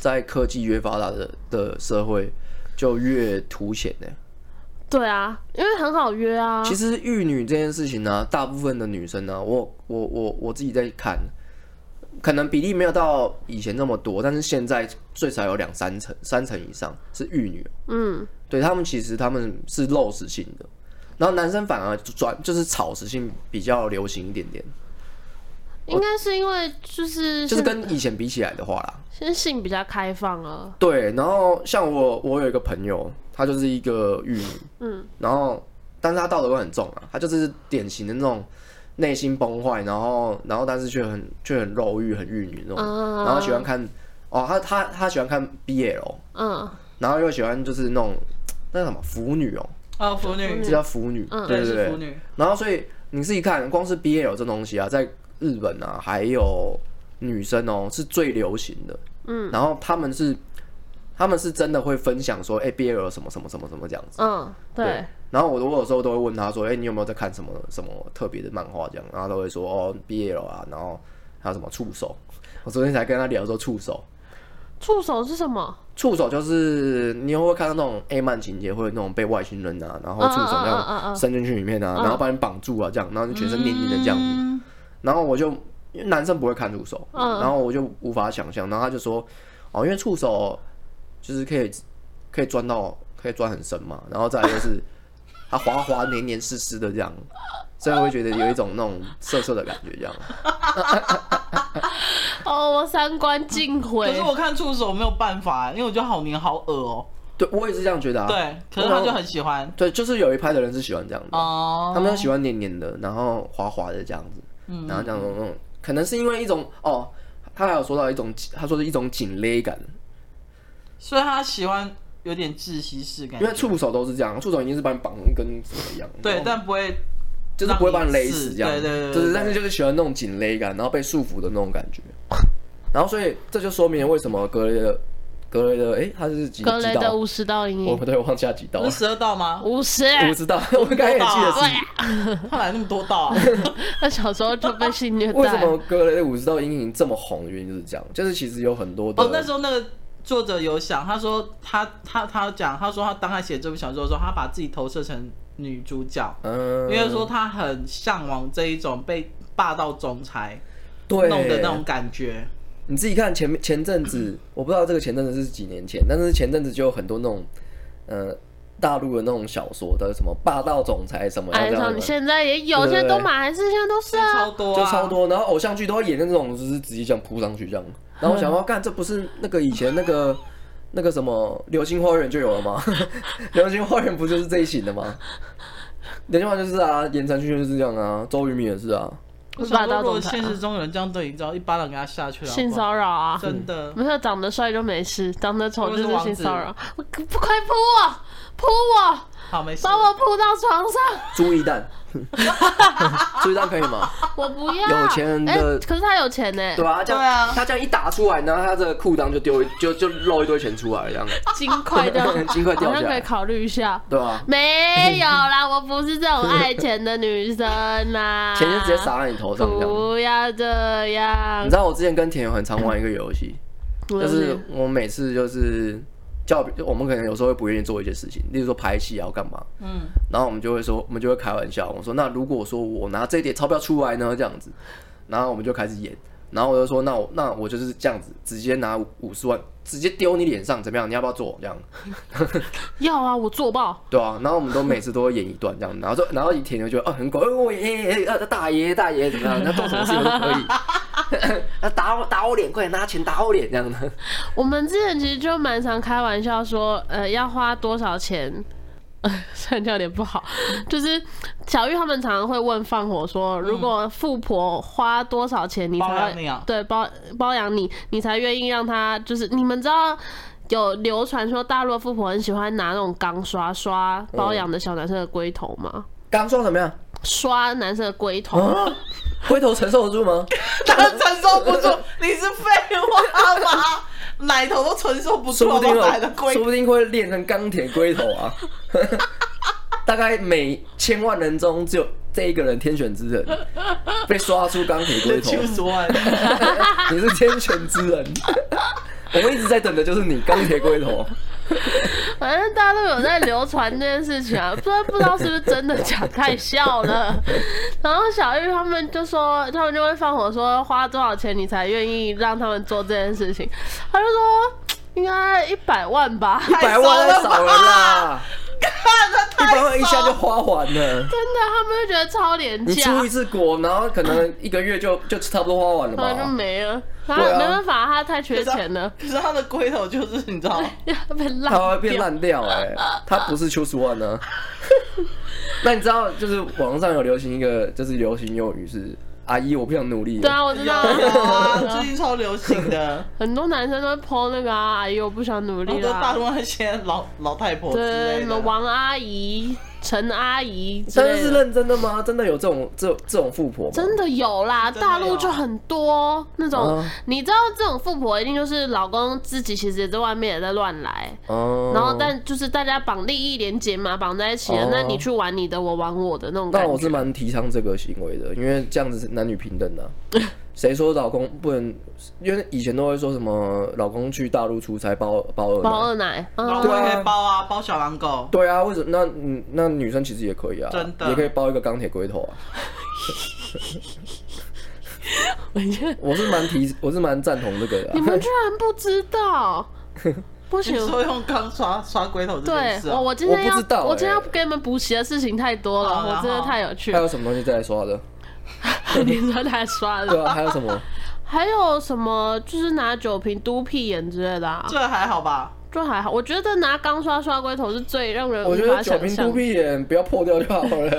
[SPEAKER 2] 在科技越发达的的社会，就越凸显呢、
[SPEAKER 1] 对啊，因为很好约啊。
[SPEAKER 2] 其实玉女这件事情呢、啊大部分的女生呢、我我我我自己在看，可能比例没有到以前那么多，但是现在最少有两三成，三成以上是玉女。
[SPEAKER 1] 嗯，
[SPEAKER 2] 对他们其实他们是肉食性的，然后男生反而转就是草食性比较流行一点点，
[SPEAKER 1] 应该是因为就是
[SPEAKER 2] 就是
[SPEAKER 1] 现
[SPEAKER 2] 跟以前比起来的话啦，
[SPEAKER 1] 现在性比较开放了，
[SPEAKER 2] 对，然后像我，我有一个朋友，她就是一个玉女，
[SPEAKER 1] 嗯，
[SPEAKER 2] 然后但是她道德观很重啊，她就是典型的那种内心崩坏，然后然后但是却很却很肉欲、很玉女那种，
[SPEAKER 1] 啊
[SPEAKER 2] 然后喜欢看哦，她她她喜欢看 BL，
[SPEAKER 1] 嗯
[SPEAKER 2] 然后又喜欢就是那种那叫什么腐女哦，
[SPEAKER 3] 哦，腐
[SPEAKER 1] 腐
[SPEAKER 3] 女
[SPEAKER 1] 女
[SPEAKER 2] 这，叫腐女，
[SPEAKER 1] 嗯
[SPEAKER 2] 对对
[SPEAKER 3] 是
[SPEAKER 2] 对
[SPEAKER 3] 腐，女，
[SPEAKER 2] 然后所以你自己看，光是 BL 这东西啊，在日本啊，还有女生哦，是最流行的。嗯，然后他们是他们是真的会分享说，哎、b l 什么什么什么什么这样子。
[SPEAKER 1] 嗯，对，
[SPEAKER 2] 然后我我有时候都会问他说，哎、你有没有在看什么什么特别的漫画这样？然后他都会说，哦，BL 啊，然后还有什么触手。我昨天才跟他聊说触手。
[SPEAKER 1] 触手是什么？
[SPEAKER 2] 触手就是你有没有看到那种 A 漫情节，会有那种被外星人啊，然后触手这
[SPEAKER 1] 嗯嗯嗯嗯嗯
[SPEAKER 2] 样伸进去里面啊，然后把你绑住啊，这样，然后你全身黏黏的这样子。
[SPEAKER 3] 嗯，
[SPEAKER 2] 然后我就因为男生不会看触手，
[SPEAKER 1] 嗯
[SPEAKER 2] 然后我就无法想象。然后他就说，哦，因为触手就是可以可以钻到可以钻很深嘛，然后再来就是 它滑滑黏黏湿湿的这样，所以我会觉得有一种那种涩涩的感觉这样。
[SPEAKER 1] 哦，我三观尽毁。
[SPEAKER 3] 可是我看触手没有办法，因为我觉得好黏好恶哦。嗯
[SPEAKER 2] 对，我也是这样觉得啊。
[SPEAKER 3] 对，可是他就很喜欢
[SPEAKER 2] 对，就是有一派的人是喜欢这样的，
[SPEAKER 3] 哦，嗯
[SPEAKER 2] 他们都喜嗯欢黏黏的，然后滑滑的这样子，然后这样那种那种，可能是因为一种哦，他还有说到一种，他说是一种紧勒感，
[SPEAKER 3] 所以他喜欢有点窒息式
[SPEAKER 2] 因
[SPEAKER 3] 感觉
[SPEAKER 2] 为，触手都是这样，触手一定是把你绑跟什么一样，
[SPEAKER 3] 哎对，
[SPEAKER 2] 然后
[SPEAKER 3] 但不会
[SPEAKER 2] 就是不会把你勒死这样，
[SPEAKER 3] 让你死对对对对
[SPEAKER 2] 就是
[SPEAKER 3] 对
[SPEAKER 2] 但是就是喜欢那种紧勒感，然后被束缚的那种感觉，然后所以这就说明了为什么格雷的格雷的，诶，他是几
[SPEAKER 1] 格雷
[SPEAKER 2] 几
[SPEAKER 1] 的
[SPEAKER 2] 道？
[SPEAKER 1] 五十道阴
[SPEAKER 2] 我
[SPEAKER 1] 影，
[SPEAKER 2] 不对，我忘记他几道
[SPEAKER 3] 不
[SPEAKER 2] 了
[SPEAKER 3] 是，十哦二道吗？
[SPEAKER 1] 五十，
[SPEAKER 2] 我不知道， 我刚才也记得是
[SPEAKER 1] 对，
[SPEAKER 3] 他哪来那么多道 啊？
[SPEAKER 1] 他小时候就被性虐
[SPEAKER 2] 为什
[SPEAKER 1] 待
[SPEAKER 2] 么。格雷的五十道阴影这么红的原因就是这样，就是其实有很多的
[SPEAKER 3] 哦，那时候那个作者有想，他说他他他讲，他说他当他写这部小说的时候，他把自己投射成女主角，
[SPEAKER 2] 嗯，
[SPEAKER 3] 因为说他很向往这一种被霸道总裁
[SPEAKER 2] 对
[SPEAKER 3] 弄的那种感觉。
[SPEAKER 2] 你自己看前面前阵 子，我不知道这个前阵子是几年前，但是前阵子就有很多那种，呃，大陆的那种小说的什么霸道总裁什么要
[SPEAKER 1] 哎，
[SPEAKER 2] 这样
[SPEAKER 1] 你现在也有，
[SPEAKER 2] 对
[SPEAKER 1] 现
[SPEAKER 2] 对
[SPEAKER 1] 在都马还是现在都是啊。
[SPEAKER 3] 超多、啊，
[SPEAKER 2] 就超。多，然后偶像剧都会演那种，就是直接这样扑上去这样。然后我想要干，这不是那个以前那个那个什么《流星花园》就有了吗？ 《流星花园》不就是这一型的吗？流星花园就是啊，言承旭就是这样啊，周渝民也是啊。
[SPEAKER 3] 我想
[SPEAKER 1] 霸道
[SPEAKER 3] 说，如
[SPEAKER 1] 总
[SPEAKER 3] 果
[SPEAKER 1] 裁啊
[SPEAKER 3] 现实中有人这样对你，你知道一巴掌给他下去了，好不好
[SPEAKER 1] 性骚扰啊！
[SPEAKER 3] 真的。
[SPEAKER 1] 没有长得帅就没事，长得丑就是性骚扰。我不快扑我，扑我，
[SPEAKER 3] 好，没事
[SPEAKER 1] 把。我扑到床上，
[SPEAKER 2] 朱一蛋， 朱一蛋可以吗？
[SPEAKER 1] 我不要。
[SPEAKER 2] 有钱人的
[SPEAKER 1] 哎可是他有钱呢，
[SPEAKER 4] 对啊，他这样、
[SPEAKER 3] 对啊
[SPEAKER 4] 他这样一打出来，然后他的裤裆就丢一就就露一堆钱出来，这样
[SPEAKER 2] 啊
[SPEAKER 1] 金块掉，
[SPEAKER 4] 金块掉下
[SPEAKER 1] 啊好像可以
[SPEAKER 4] 来，
[SPEAKER 1] 考虑一下。
[SPEAKER 2] 对啊，
[SPEAKER 1] 没有啦，我不是这种爱钱的女生啦。
[SPEAKER 2] 钱就直接撒在你头上这样。
[SPEAKER 1] 不要这样
[SPEAKER 2] 你知。道我之前跟田友很常玩一个游戏，
[SPEAKER 1] 嗯
[SPEAKER 2] 就是我每次就是叫别我们可能有时候会不愿意做一些事情，例如说拍戏啊或干嘛，
[SPEAKER 3] 嗯，
[SPEAKER 2] 然后我们就会说，我们就会开玩笑，我说那如果说我拿这一叠钞票出来呢，这样子，然后我们就开始演，然后我就说那我那我就是这样子，直接拿五十万直接丢你脸上怎么样？你要不要做这样？
[SPEAKER 1] 要啊，我做爆。
[SPEAKER 2] 对啊，然后我们都每次都会演一段这样，然后说然后一舔就觉得啊很狗，哎我爷啊大爷大爷怎么样？那做什么事情都可以， 那打我打我脸，快点拿钱打我脸这样的。
[SPEAKER 1] 我们之前其实就蛮常开玩笑说，呃，要花多少钱。 虽然这样有点不好，就是小玉他们常常会问放火说，如果富婆花多少钱你才
[SPEAKER 3] 嗯包养
[SPEAKER 1] 会
[SPEAKER 3] 你啊
[SPEAKER 1] 对包包养你，你才愿意让她就是你们知道有流传说大陆的富婆很喜欢拿那种钢刷刷包养的小男生的龟头吗？
[SPEAKER 2] 刚说什么呀？
[SPEAKER 1] 刷男生的龟头，
[SPEAKER 2] 啊，龟头承受得住 吗？
[SPEAKER 3] 他承受不住，你是废话吗？奶头都承受不住，
[SPEAKER 2] 说不
[SPEAKER 3] 我
[SPEAKER 2] 定哦
[SPEAKER 3] 奶的龟
[SPEAKER 2] 说不定会练成钢铁龟头啊！ 大概每千万人中只有这一个人天选之人，被刷出钢铁 龟头，
[SPEAKER 3] 七十万，
[SPEAKER 2] 你是天选之人。 我们一直在等的就是你钢铁龟头，
[SPEAKER 1] 反正大家都有在流传这件事情啊，不知 道不知道是不是真的假的，太笑了。然后小玉他们就说，他们就会放火说花多少钱你才愿意让他们做这件事情，他就说应该一百万吧，
[SPEAKER 2] 一百万太少了啦， 一百万一下就花完了。
[SPEAKER 1] 真的他们就觉得超廉
[SPEAKER 2] 你
[SPEAKER 1] 价，
[SPEAKER 2] 出一次国，然后可能一个月就就差不多花完了
[SPEAKER 1] 然后就
[SPEAKER 2] 吧？
[SPEAKER 1] 没了。然
[SPEAKER 2] 啊
[SPEAKER 1] 后没办法，他太缺钱 了，
[SPEAKER 3] 可是他的龟头就是你知道吗？
[SPEAKER 1] 要被烂
[SPEAKER 2] 它啊会变
[SPEAKER 1] 掉。
[SPEAKER 2] 烂掉哎、它不是秋十万 呢。那你知道，就是网上有流行一个，就是流行用语是“阿姨，我不想努力了”，
[SPEAKER 1] 对啊，我知
[SPEAKER 3] 有
[SPEAKER 1] 道
[SPEAKER 3] 啊，最
[SPEAKER 1] 啊，
[SPEAKER 3] 近超流行 的，
[SPEAKER 1] 很多男生都会 po 那个啊，哎呦，我不想努
[SPEAKER 3] 然
[SPEAKER 2] 哦
[SPEAKER 1] 力
[SPEAKER 3] 后都大
[SPEAKER 1] 啦。
[SPEAKER 3] 陆那些老老太婆之
[SPEAKER 1] 对，
[SPEAKER 3] 类
[SPEAKER 1] 什么
[SPEAKER 3] 的。
[SPEAKER 1] 王阿姨、陈阿姨之类
[SPEAKER 2] 但
[SPEAKER 1] 的，
[SPEAKER 2] 是是认真的吗？真的有这种这这种富婆吗？
[SPEAKER 1] 真的有啦，
[SPEAKER 3] 真的有
[SPEAKER 1] 大陆就很多那种，
[SPEAKER 2] 啊
[SPEAKER 1] 你知道这种富婆一定就是老公自己其实也在外面也在乱来，
[SPEAKER 2] 哦。
[SPEAKER 1] 然后但就是大家绑利益连结嘛，绑在一起了，
[SPEAKER 2] 哦
[SPEAKER 1] 那你去玩你的，我玩我的那种感
[SPEAKER 2] 那
[SPEAKER 1] 觉。
[SPEAKER 2] 我是蛮提倡这个行为的，因为这样子是男女 平等的啊、谁说老公不能？因为以前都会说什么老公去大陆出差包包二奶
[SPEAKER 1] 包二奶，嗯，
[SPEAKER 3] 老公也可以包啊，包小狼狗。
[SPEAKER 2] 对啊，为什么？那嗯那女生其实也可以啊，
[SPEAKER 3] 真的
[SPEAKER 2] 也可以包一个钢铁龟头啊。我是蛮提，我是蛮赞同这个的啊、
[SPEAKER 1] 你们居然不知 道，不行
[SPEAKER 3] 你。说用钢刷刷龟头这
[SPEAKER 1] 对
[SPEAKER 3] 件，事啊
[SPEAKER 1] 我？我今天
[SPEAKER 2] 我
[SPEAKER 1] 要
[SPEAKER 2] 不知道欸
[SPEAKER 1] 我今天要给你们补习的事情太多了，
[SPEAKER 3] 好啦
[SPEAKER 1] 我真的太有趣
[SPEAKER 2] 还
[SPEAKER 1] 了。
[SPEAKER 2] 有什么东西再来刷的？
[SPEAKER 1] 你说太刷
[SPEAKER 2] 对
[SPEAKER 1] 了，
[SPEAKER 2] 啊，还有什 么？
[SPEAKER 1] 还有什么就是拿酒瓶嘟屁眼之类的啊？
[SPEAKER 3] 这还好吧？
[SPEAKER 1] 就还好，我觉得拿钢刷刷龟头是最让人无
[SPEAKER 2] 我觉
[SPEAKER 1] 法
[SPEAKER 2] 得酒
[SPEAKER 1] 想
[SPEAKER 2] 瓶
[SPEAKER 1] 象
[SPEAKER 2] 嘟
[SPEAKER 1] 的，
[SPEAKER 2] 屁眼不要破掉就好了。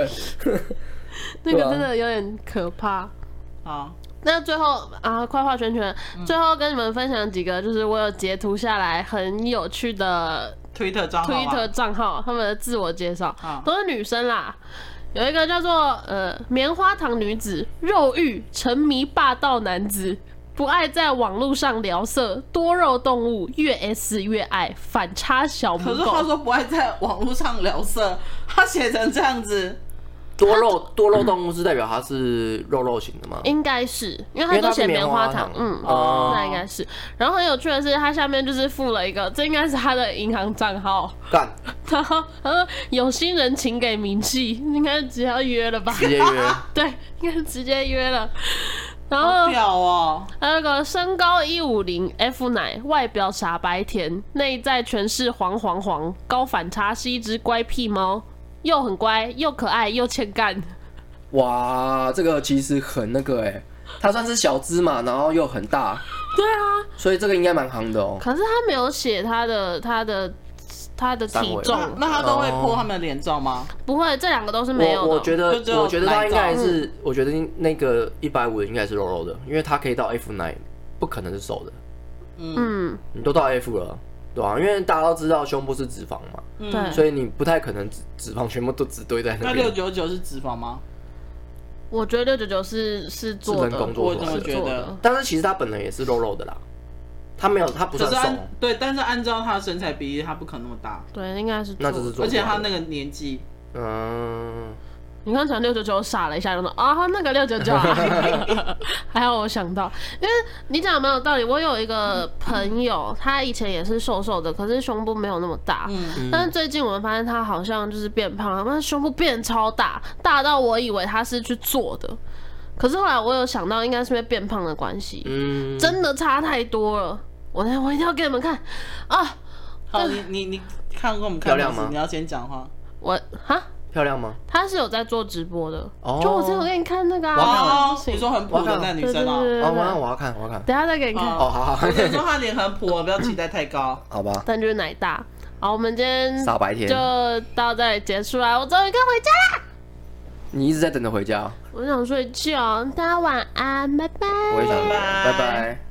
[SPEAKER 1] 那个
[SPEAKER 2] 对啊
[SPEAKER 1] 真的有点可怕。
[SPEAKER 3] 啊，
[SPEAKER 1] 那最后啊，快画圈圈，
[SPEAKER 3] 嗯
[SPEAKER 1] 最后跟你们分享几个，就是我有截图下来很有趣的
[SPEAKER 3] 推特账号啊
[SPEAKER 1] Twitter 账号，他们的自我介绍
[SPEAKER 3] 啊
[SPEAKER 1] 都是女生啦。有一个叫做呃棉花糖女子，肉欲沉迷霸道男子，不爱在网络上聊色，多肉动物越 S 越爱，反差小母
[SPEAKER 3] 可是他
[SPEAKER 1] 狗。
[SPEAKER 3] 说不爱在网络上聊色，他写成这样子，
[SPEAKER 4] 多肉多肉动物是代表它是肉肉型的吗？
[SPEAKER 1] 应该是，因为
[SPEAKER 4] 因
[SPEAKER 1] 他
[SPEAKER 4] 为
[SPEAKER 1] 都
[SPEAKER 4] 它
[SPEAKER 1] 写
[SPEAKER 4] 是棉
[SPEAKER 1] 花
[SPEAKER 4] 花糖，
[SPEAKER 1] 嗯，
[SPEAKER 4] 哦
[SPEAKER 1] 那应该是。然后很有趣的是，他下面就是附了一个，这应该是他的银行账号。
[SPEAKER 4] 干，
[SPEAKER 1] 然后他说有心人请给明细，应该只要 约了吧？
[SPEAKER 4] 直接约，
[SPEAKER 1] 对，应该直接约了。然
[SPEAKER 3] 好
[SPEAKER 1] 后
[SPEAKER 3] 屌哦！
[SPEAKER 1] 还有个身高一五零，F 奶，外表傻白甜，内在全是黄黄黄，高反差是一只乖屁猫，又很乖，又可爱，又欠干。
[SPEAKER 2] 哇，这个其实很那个哎、
[SPEAKER 4] 欸
[SPEAKER 2] 它算是小只嘛，然后又很大，
[SPEAKER 1] 对啊，
[SPEAKER 2] 所以这个应该蛮行的哦、
[SPEAKER 1] 可是他没有写他的他的他的
[SPEAKER 4] 三
[SPEAKER 1] 体
[SPEAKER 4] 围
[SPEAKER 1] 重
[SPEAKER 4] 吧，
[SPEAKER 3] 那他都会
[SPEAKER 4] 哦
[SPEAKER 3] 破他们的脸照吗？
[SPEAKER 1] 不会，这两个都是没有的。
[SPEAKER 4] 我我觉
[SPEAKER 3] 就
[SPEAKER 4] 得
[SPEAKER 3] 只有
[SPEAKER 4] 我觉得他应该
[SPEAKER 3] 奶罩
[SPEAKER 4] 是，我觉得那个一百五应该是肉肉的，因为他可以到 F 奶，不可能是瘦的，
[SPEAKER 1] 嗯，
[SPEAKER 4] 你都到 F 了，对吧、因为大家都知道胸部是脂肪嘛，
[SPEAKER 3] 嗯
[SPEAKER 1] 对
[SPEAKER 4] 所以你不太可能脂脂肪全部都只堆在那
[SPEAKER 3] 那六
[SPEAKER 4] 边，
[SPEAKER 3] 九九是脂肪吗？
[SPEAKER 1] 我觉得六九九是是做
[SPEAKER 4] 是人
[SPEAKER 1] 的
[SPEAKER 4] 工，作
[SPEAKER 3] 我怎么
[SPEAKER 4] 是
[SPEAKER 3] 觉
[SPEAKER 1] 做
[SPEAKER 3] 得
[SPEAKER 1] 的？
[SPEAKER 4] 但是其实他本人也是肉肉的啦，他没有他不
[SPEAKER 3] 可
[SPEAKER 4] 算瘦，
[SPEAKER 3] 是按对，但是按照他的身材比例，他不可能那么大，
[SPEAKER 1] 对，应该是
[SPEAKER 4] 那
[SPEAKER 1] 做
[SPEAKER 4] 就是
[SPEAKER 1] 的
[SPEAKER 4] 做
[SPEAKER 3] 而且他
[SPEAKER 4] 出
[SPEAKER 3] 那
[SPEAKER 4] 来的
[SPEAKER 3] 个年纪，
[SPEAKER 4] 嗯，
[SPEAKER 1] 你刚才六九九傻了一下，就说啊那个六九九 啊，还好我想到，因为你讲的蛮有道理。我有一个朋友，他以前也是瘦瘦的，可是胸部没有那么大。
[SPEAKER 3] 嗯，
[SPEAKER 1] 但是最近我们发现他好像就是变胖了，那胸部变超大，大到我以为他是去做的，可是后来我有想到应该是因为变胖的关系，
[SPEAKER 4] 嗯，
[SPEAKER 1] 真的差太多了。我我一定要给你们看啊！
[SPEAKER 3] 好，你你你看给我们
[SPEAKER 4] 漂
[SPEAKER 3] 看
[SPEAKER 4] 亮
[SPEAKER 3] 名字
[SPEAKER 4] 吗
[SPEAKER 3] 你要先讲话。
[SPEAKER 1] 我哈，
[SPEAKER 4] 漂亮吗？
[SPEAKER 1] 他是有在做直播的，
[SPEAKER 4] 哦
[SPEAKER 1] 就我之前有给你看那个
[SPEAKER 4] 我要看
[SPEAKER 1] 啊，
[SPEAKER 3] 哦，你说很
[SPEAKER 4] 我
[SPEAKER 3] 普
[SPEAKER 4] 要看
[SPEAKER 1] 对
[SPEAKER 3] 的那女
[SPEAKER 1] 对对
[SPEAKER 3] 生啊？
[SPEAKER 1] 对
[SPEAKER 4] 哦，我
[SPEAKER 1] 对
[SPEAKER 4] 要我要看我要看，
[SPEAKER 1] 等一下再给你看，
[SPEAKER 4] 哦
[SPEAKER 3] 哦，
[SPEAKER 4] 好好
[SPEAKER 3] 我，跟你说他脸很普，不要期待太高。
[SPEAKER 2] 好吧，
[SPEAKER 1] 但就是奶大。好，我们今天
[SPEAKER 4] 傻白甜，
[SPEAKER 1] 就到这里结束了，我终于可以回家啦！
[SPEAKER 2] 你一直在等着回家，
[SPEAKER 1] 我想睡觉，大家晚安，拜拜。
[SPEAKER 4] 我也想，
[SPEAKER 3] 拜
[SPEAKER 4] 拜
[SPEAKER 3] 拜
[SPEAKER 4] 拜。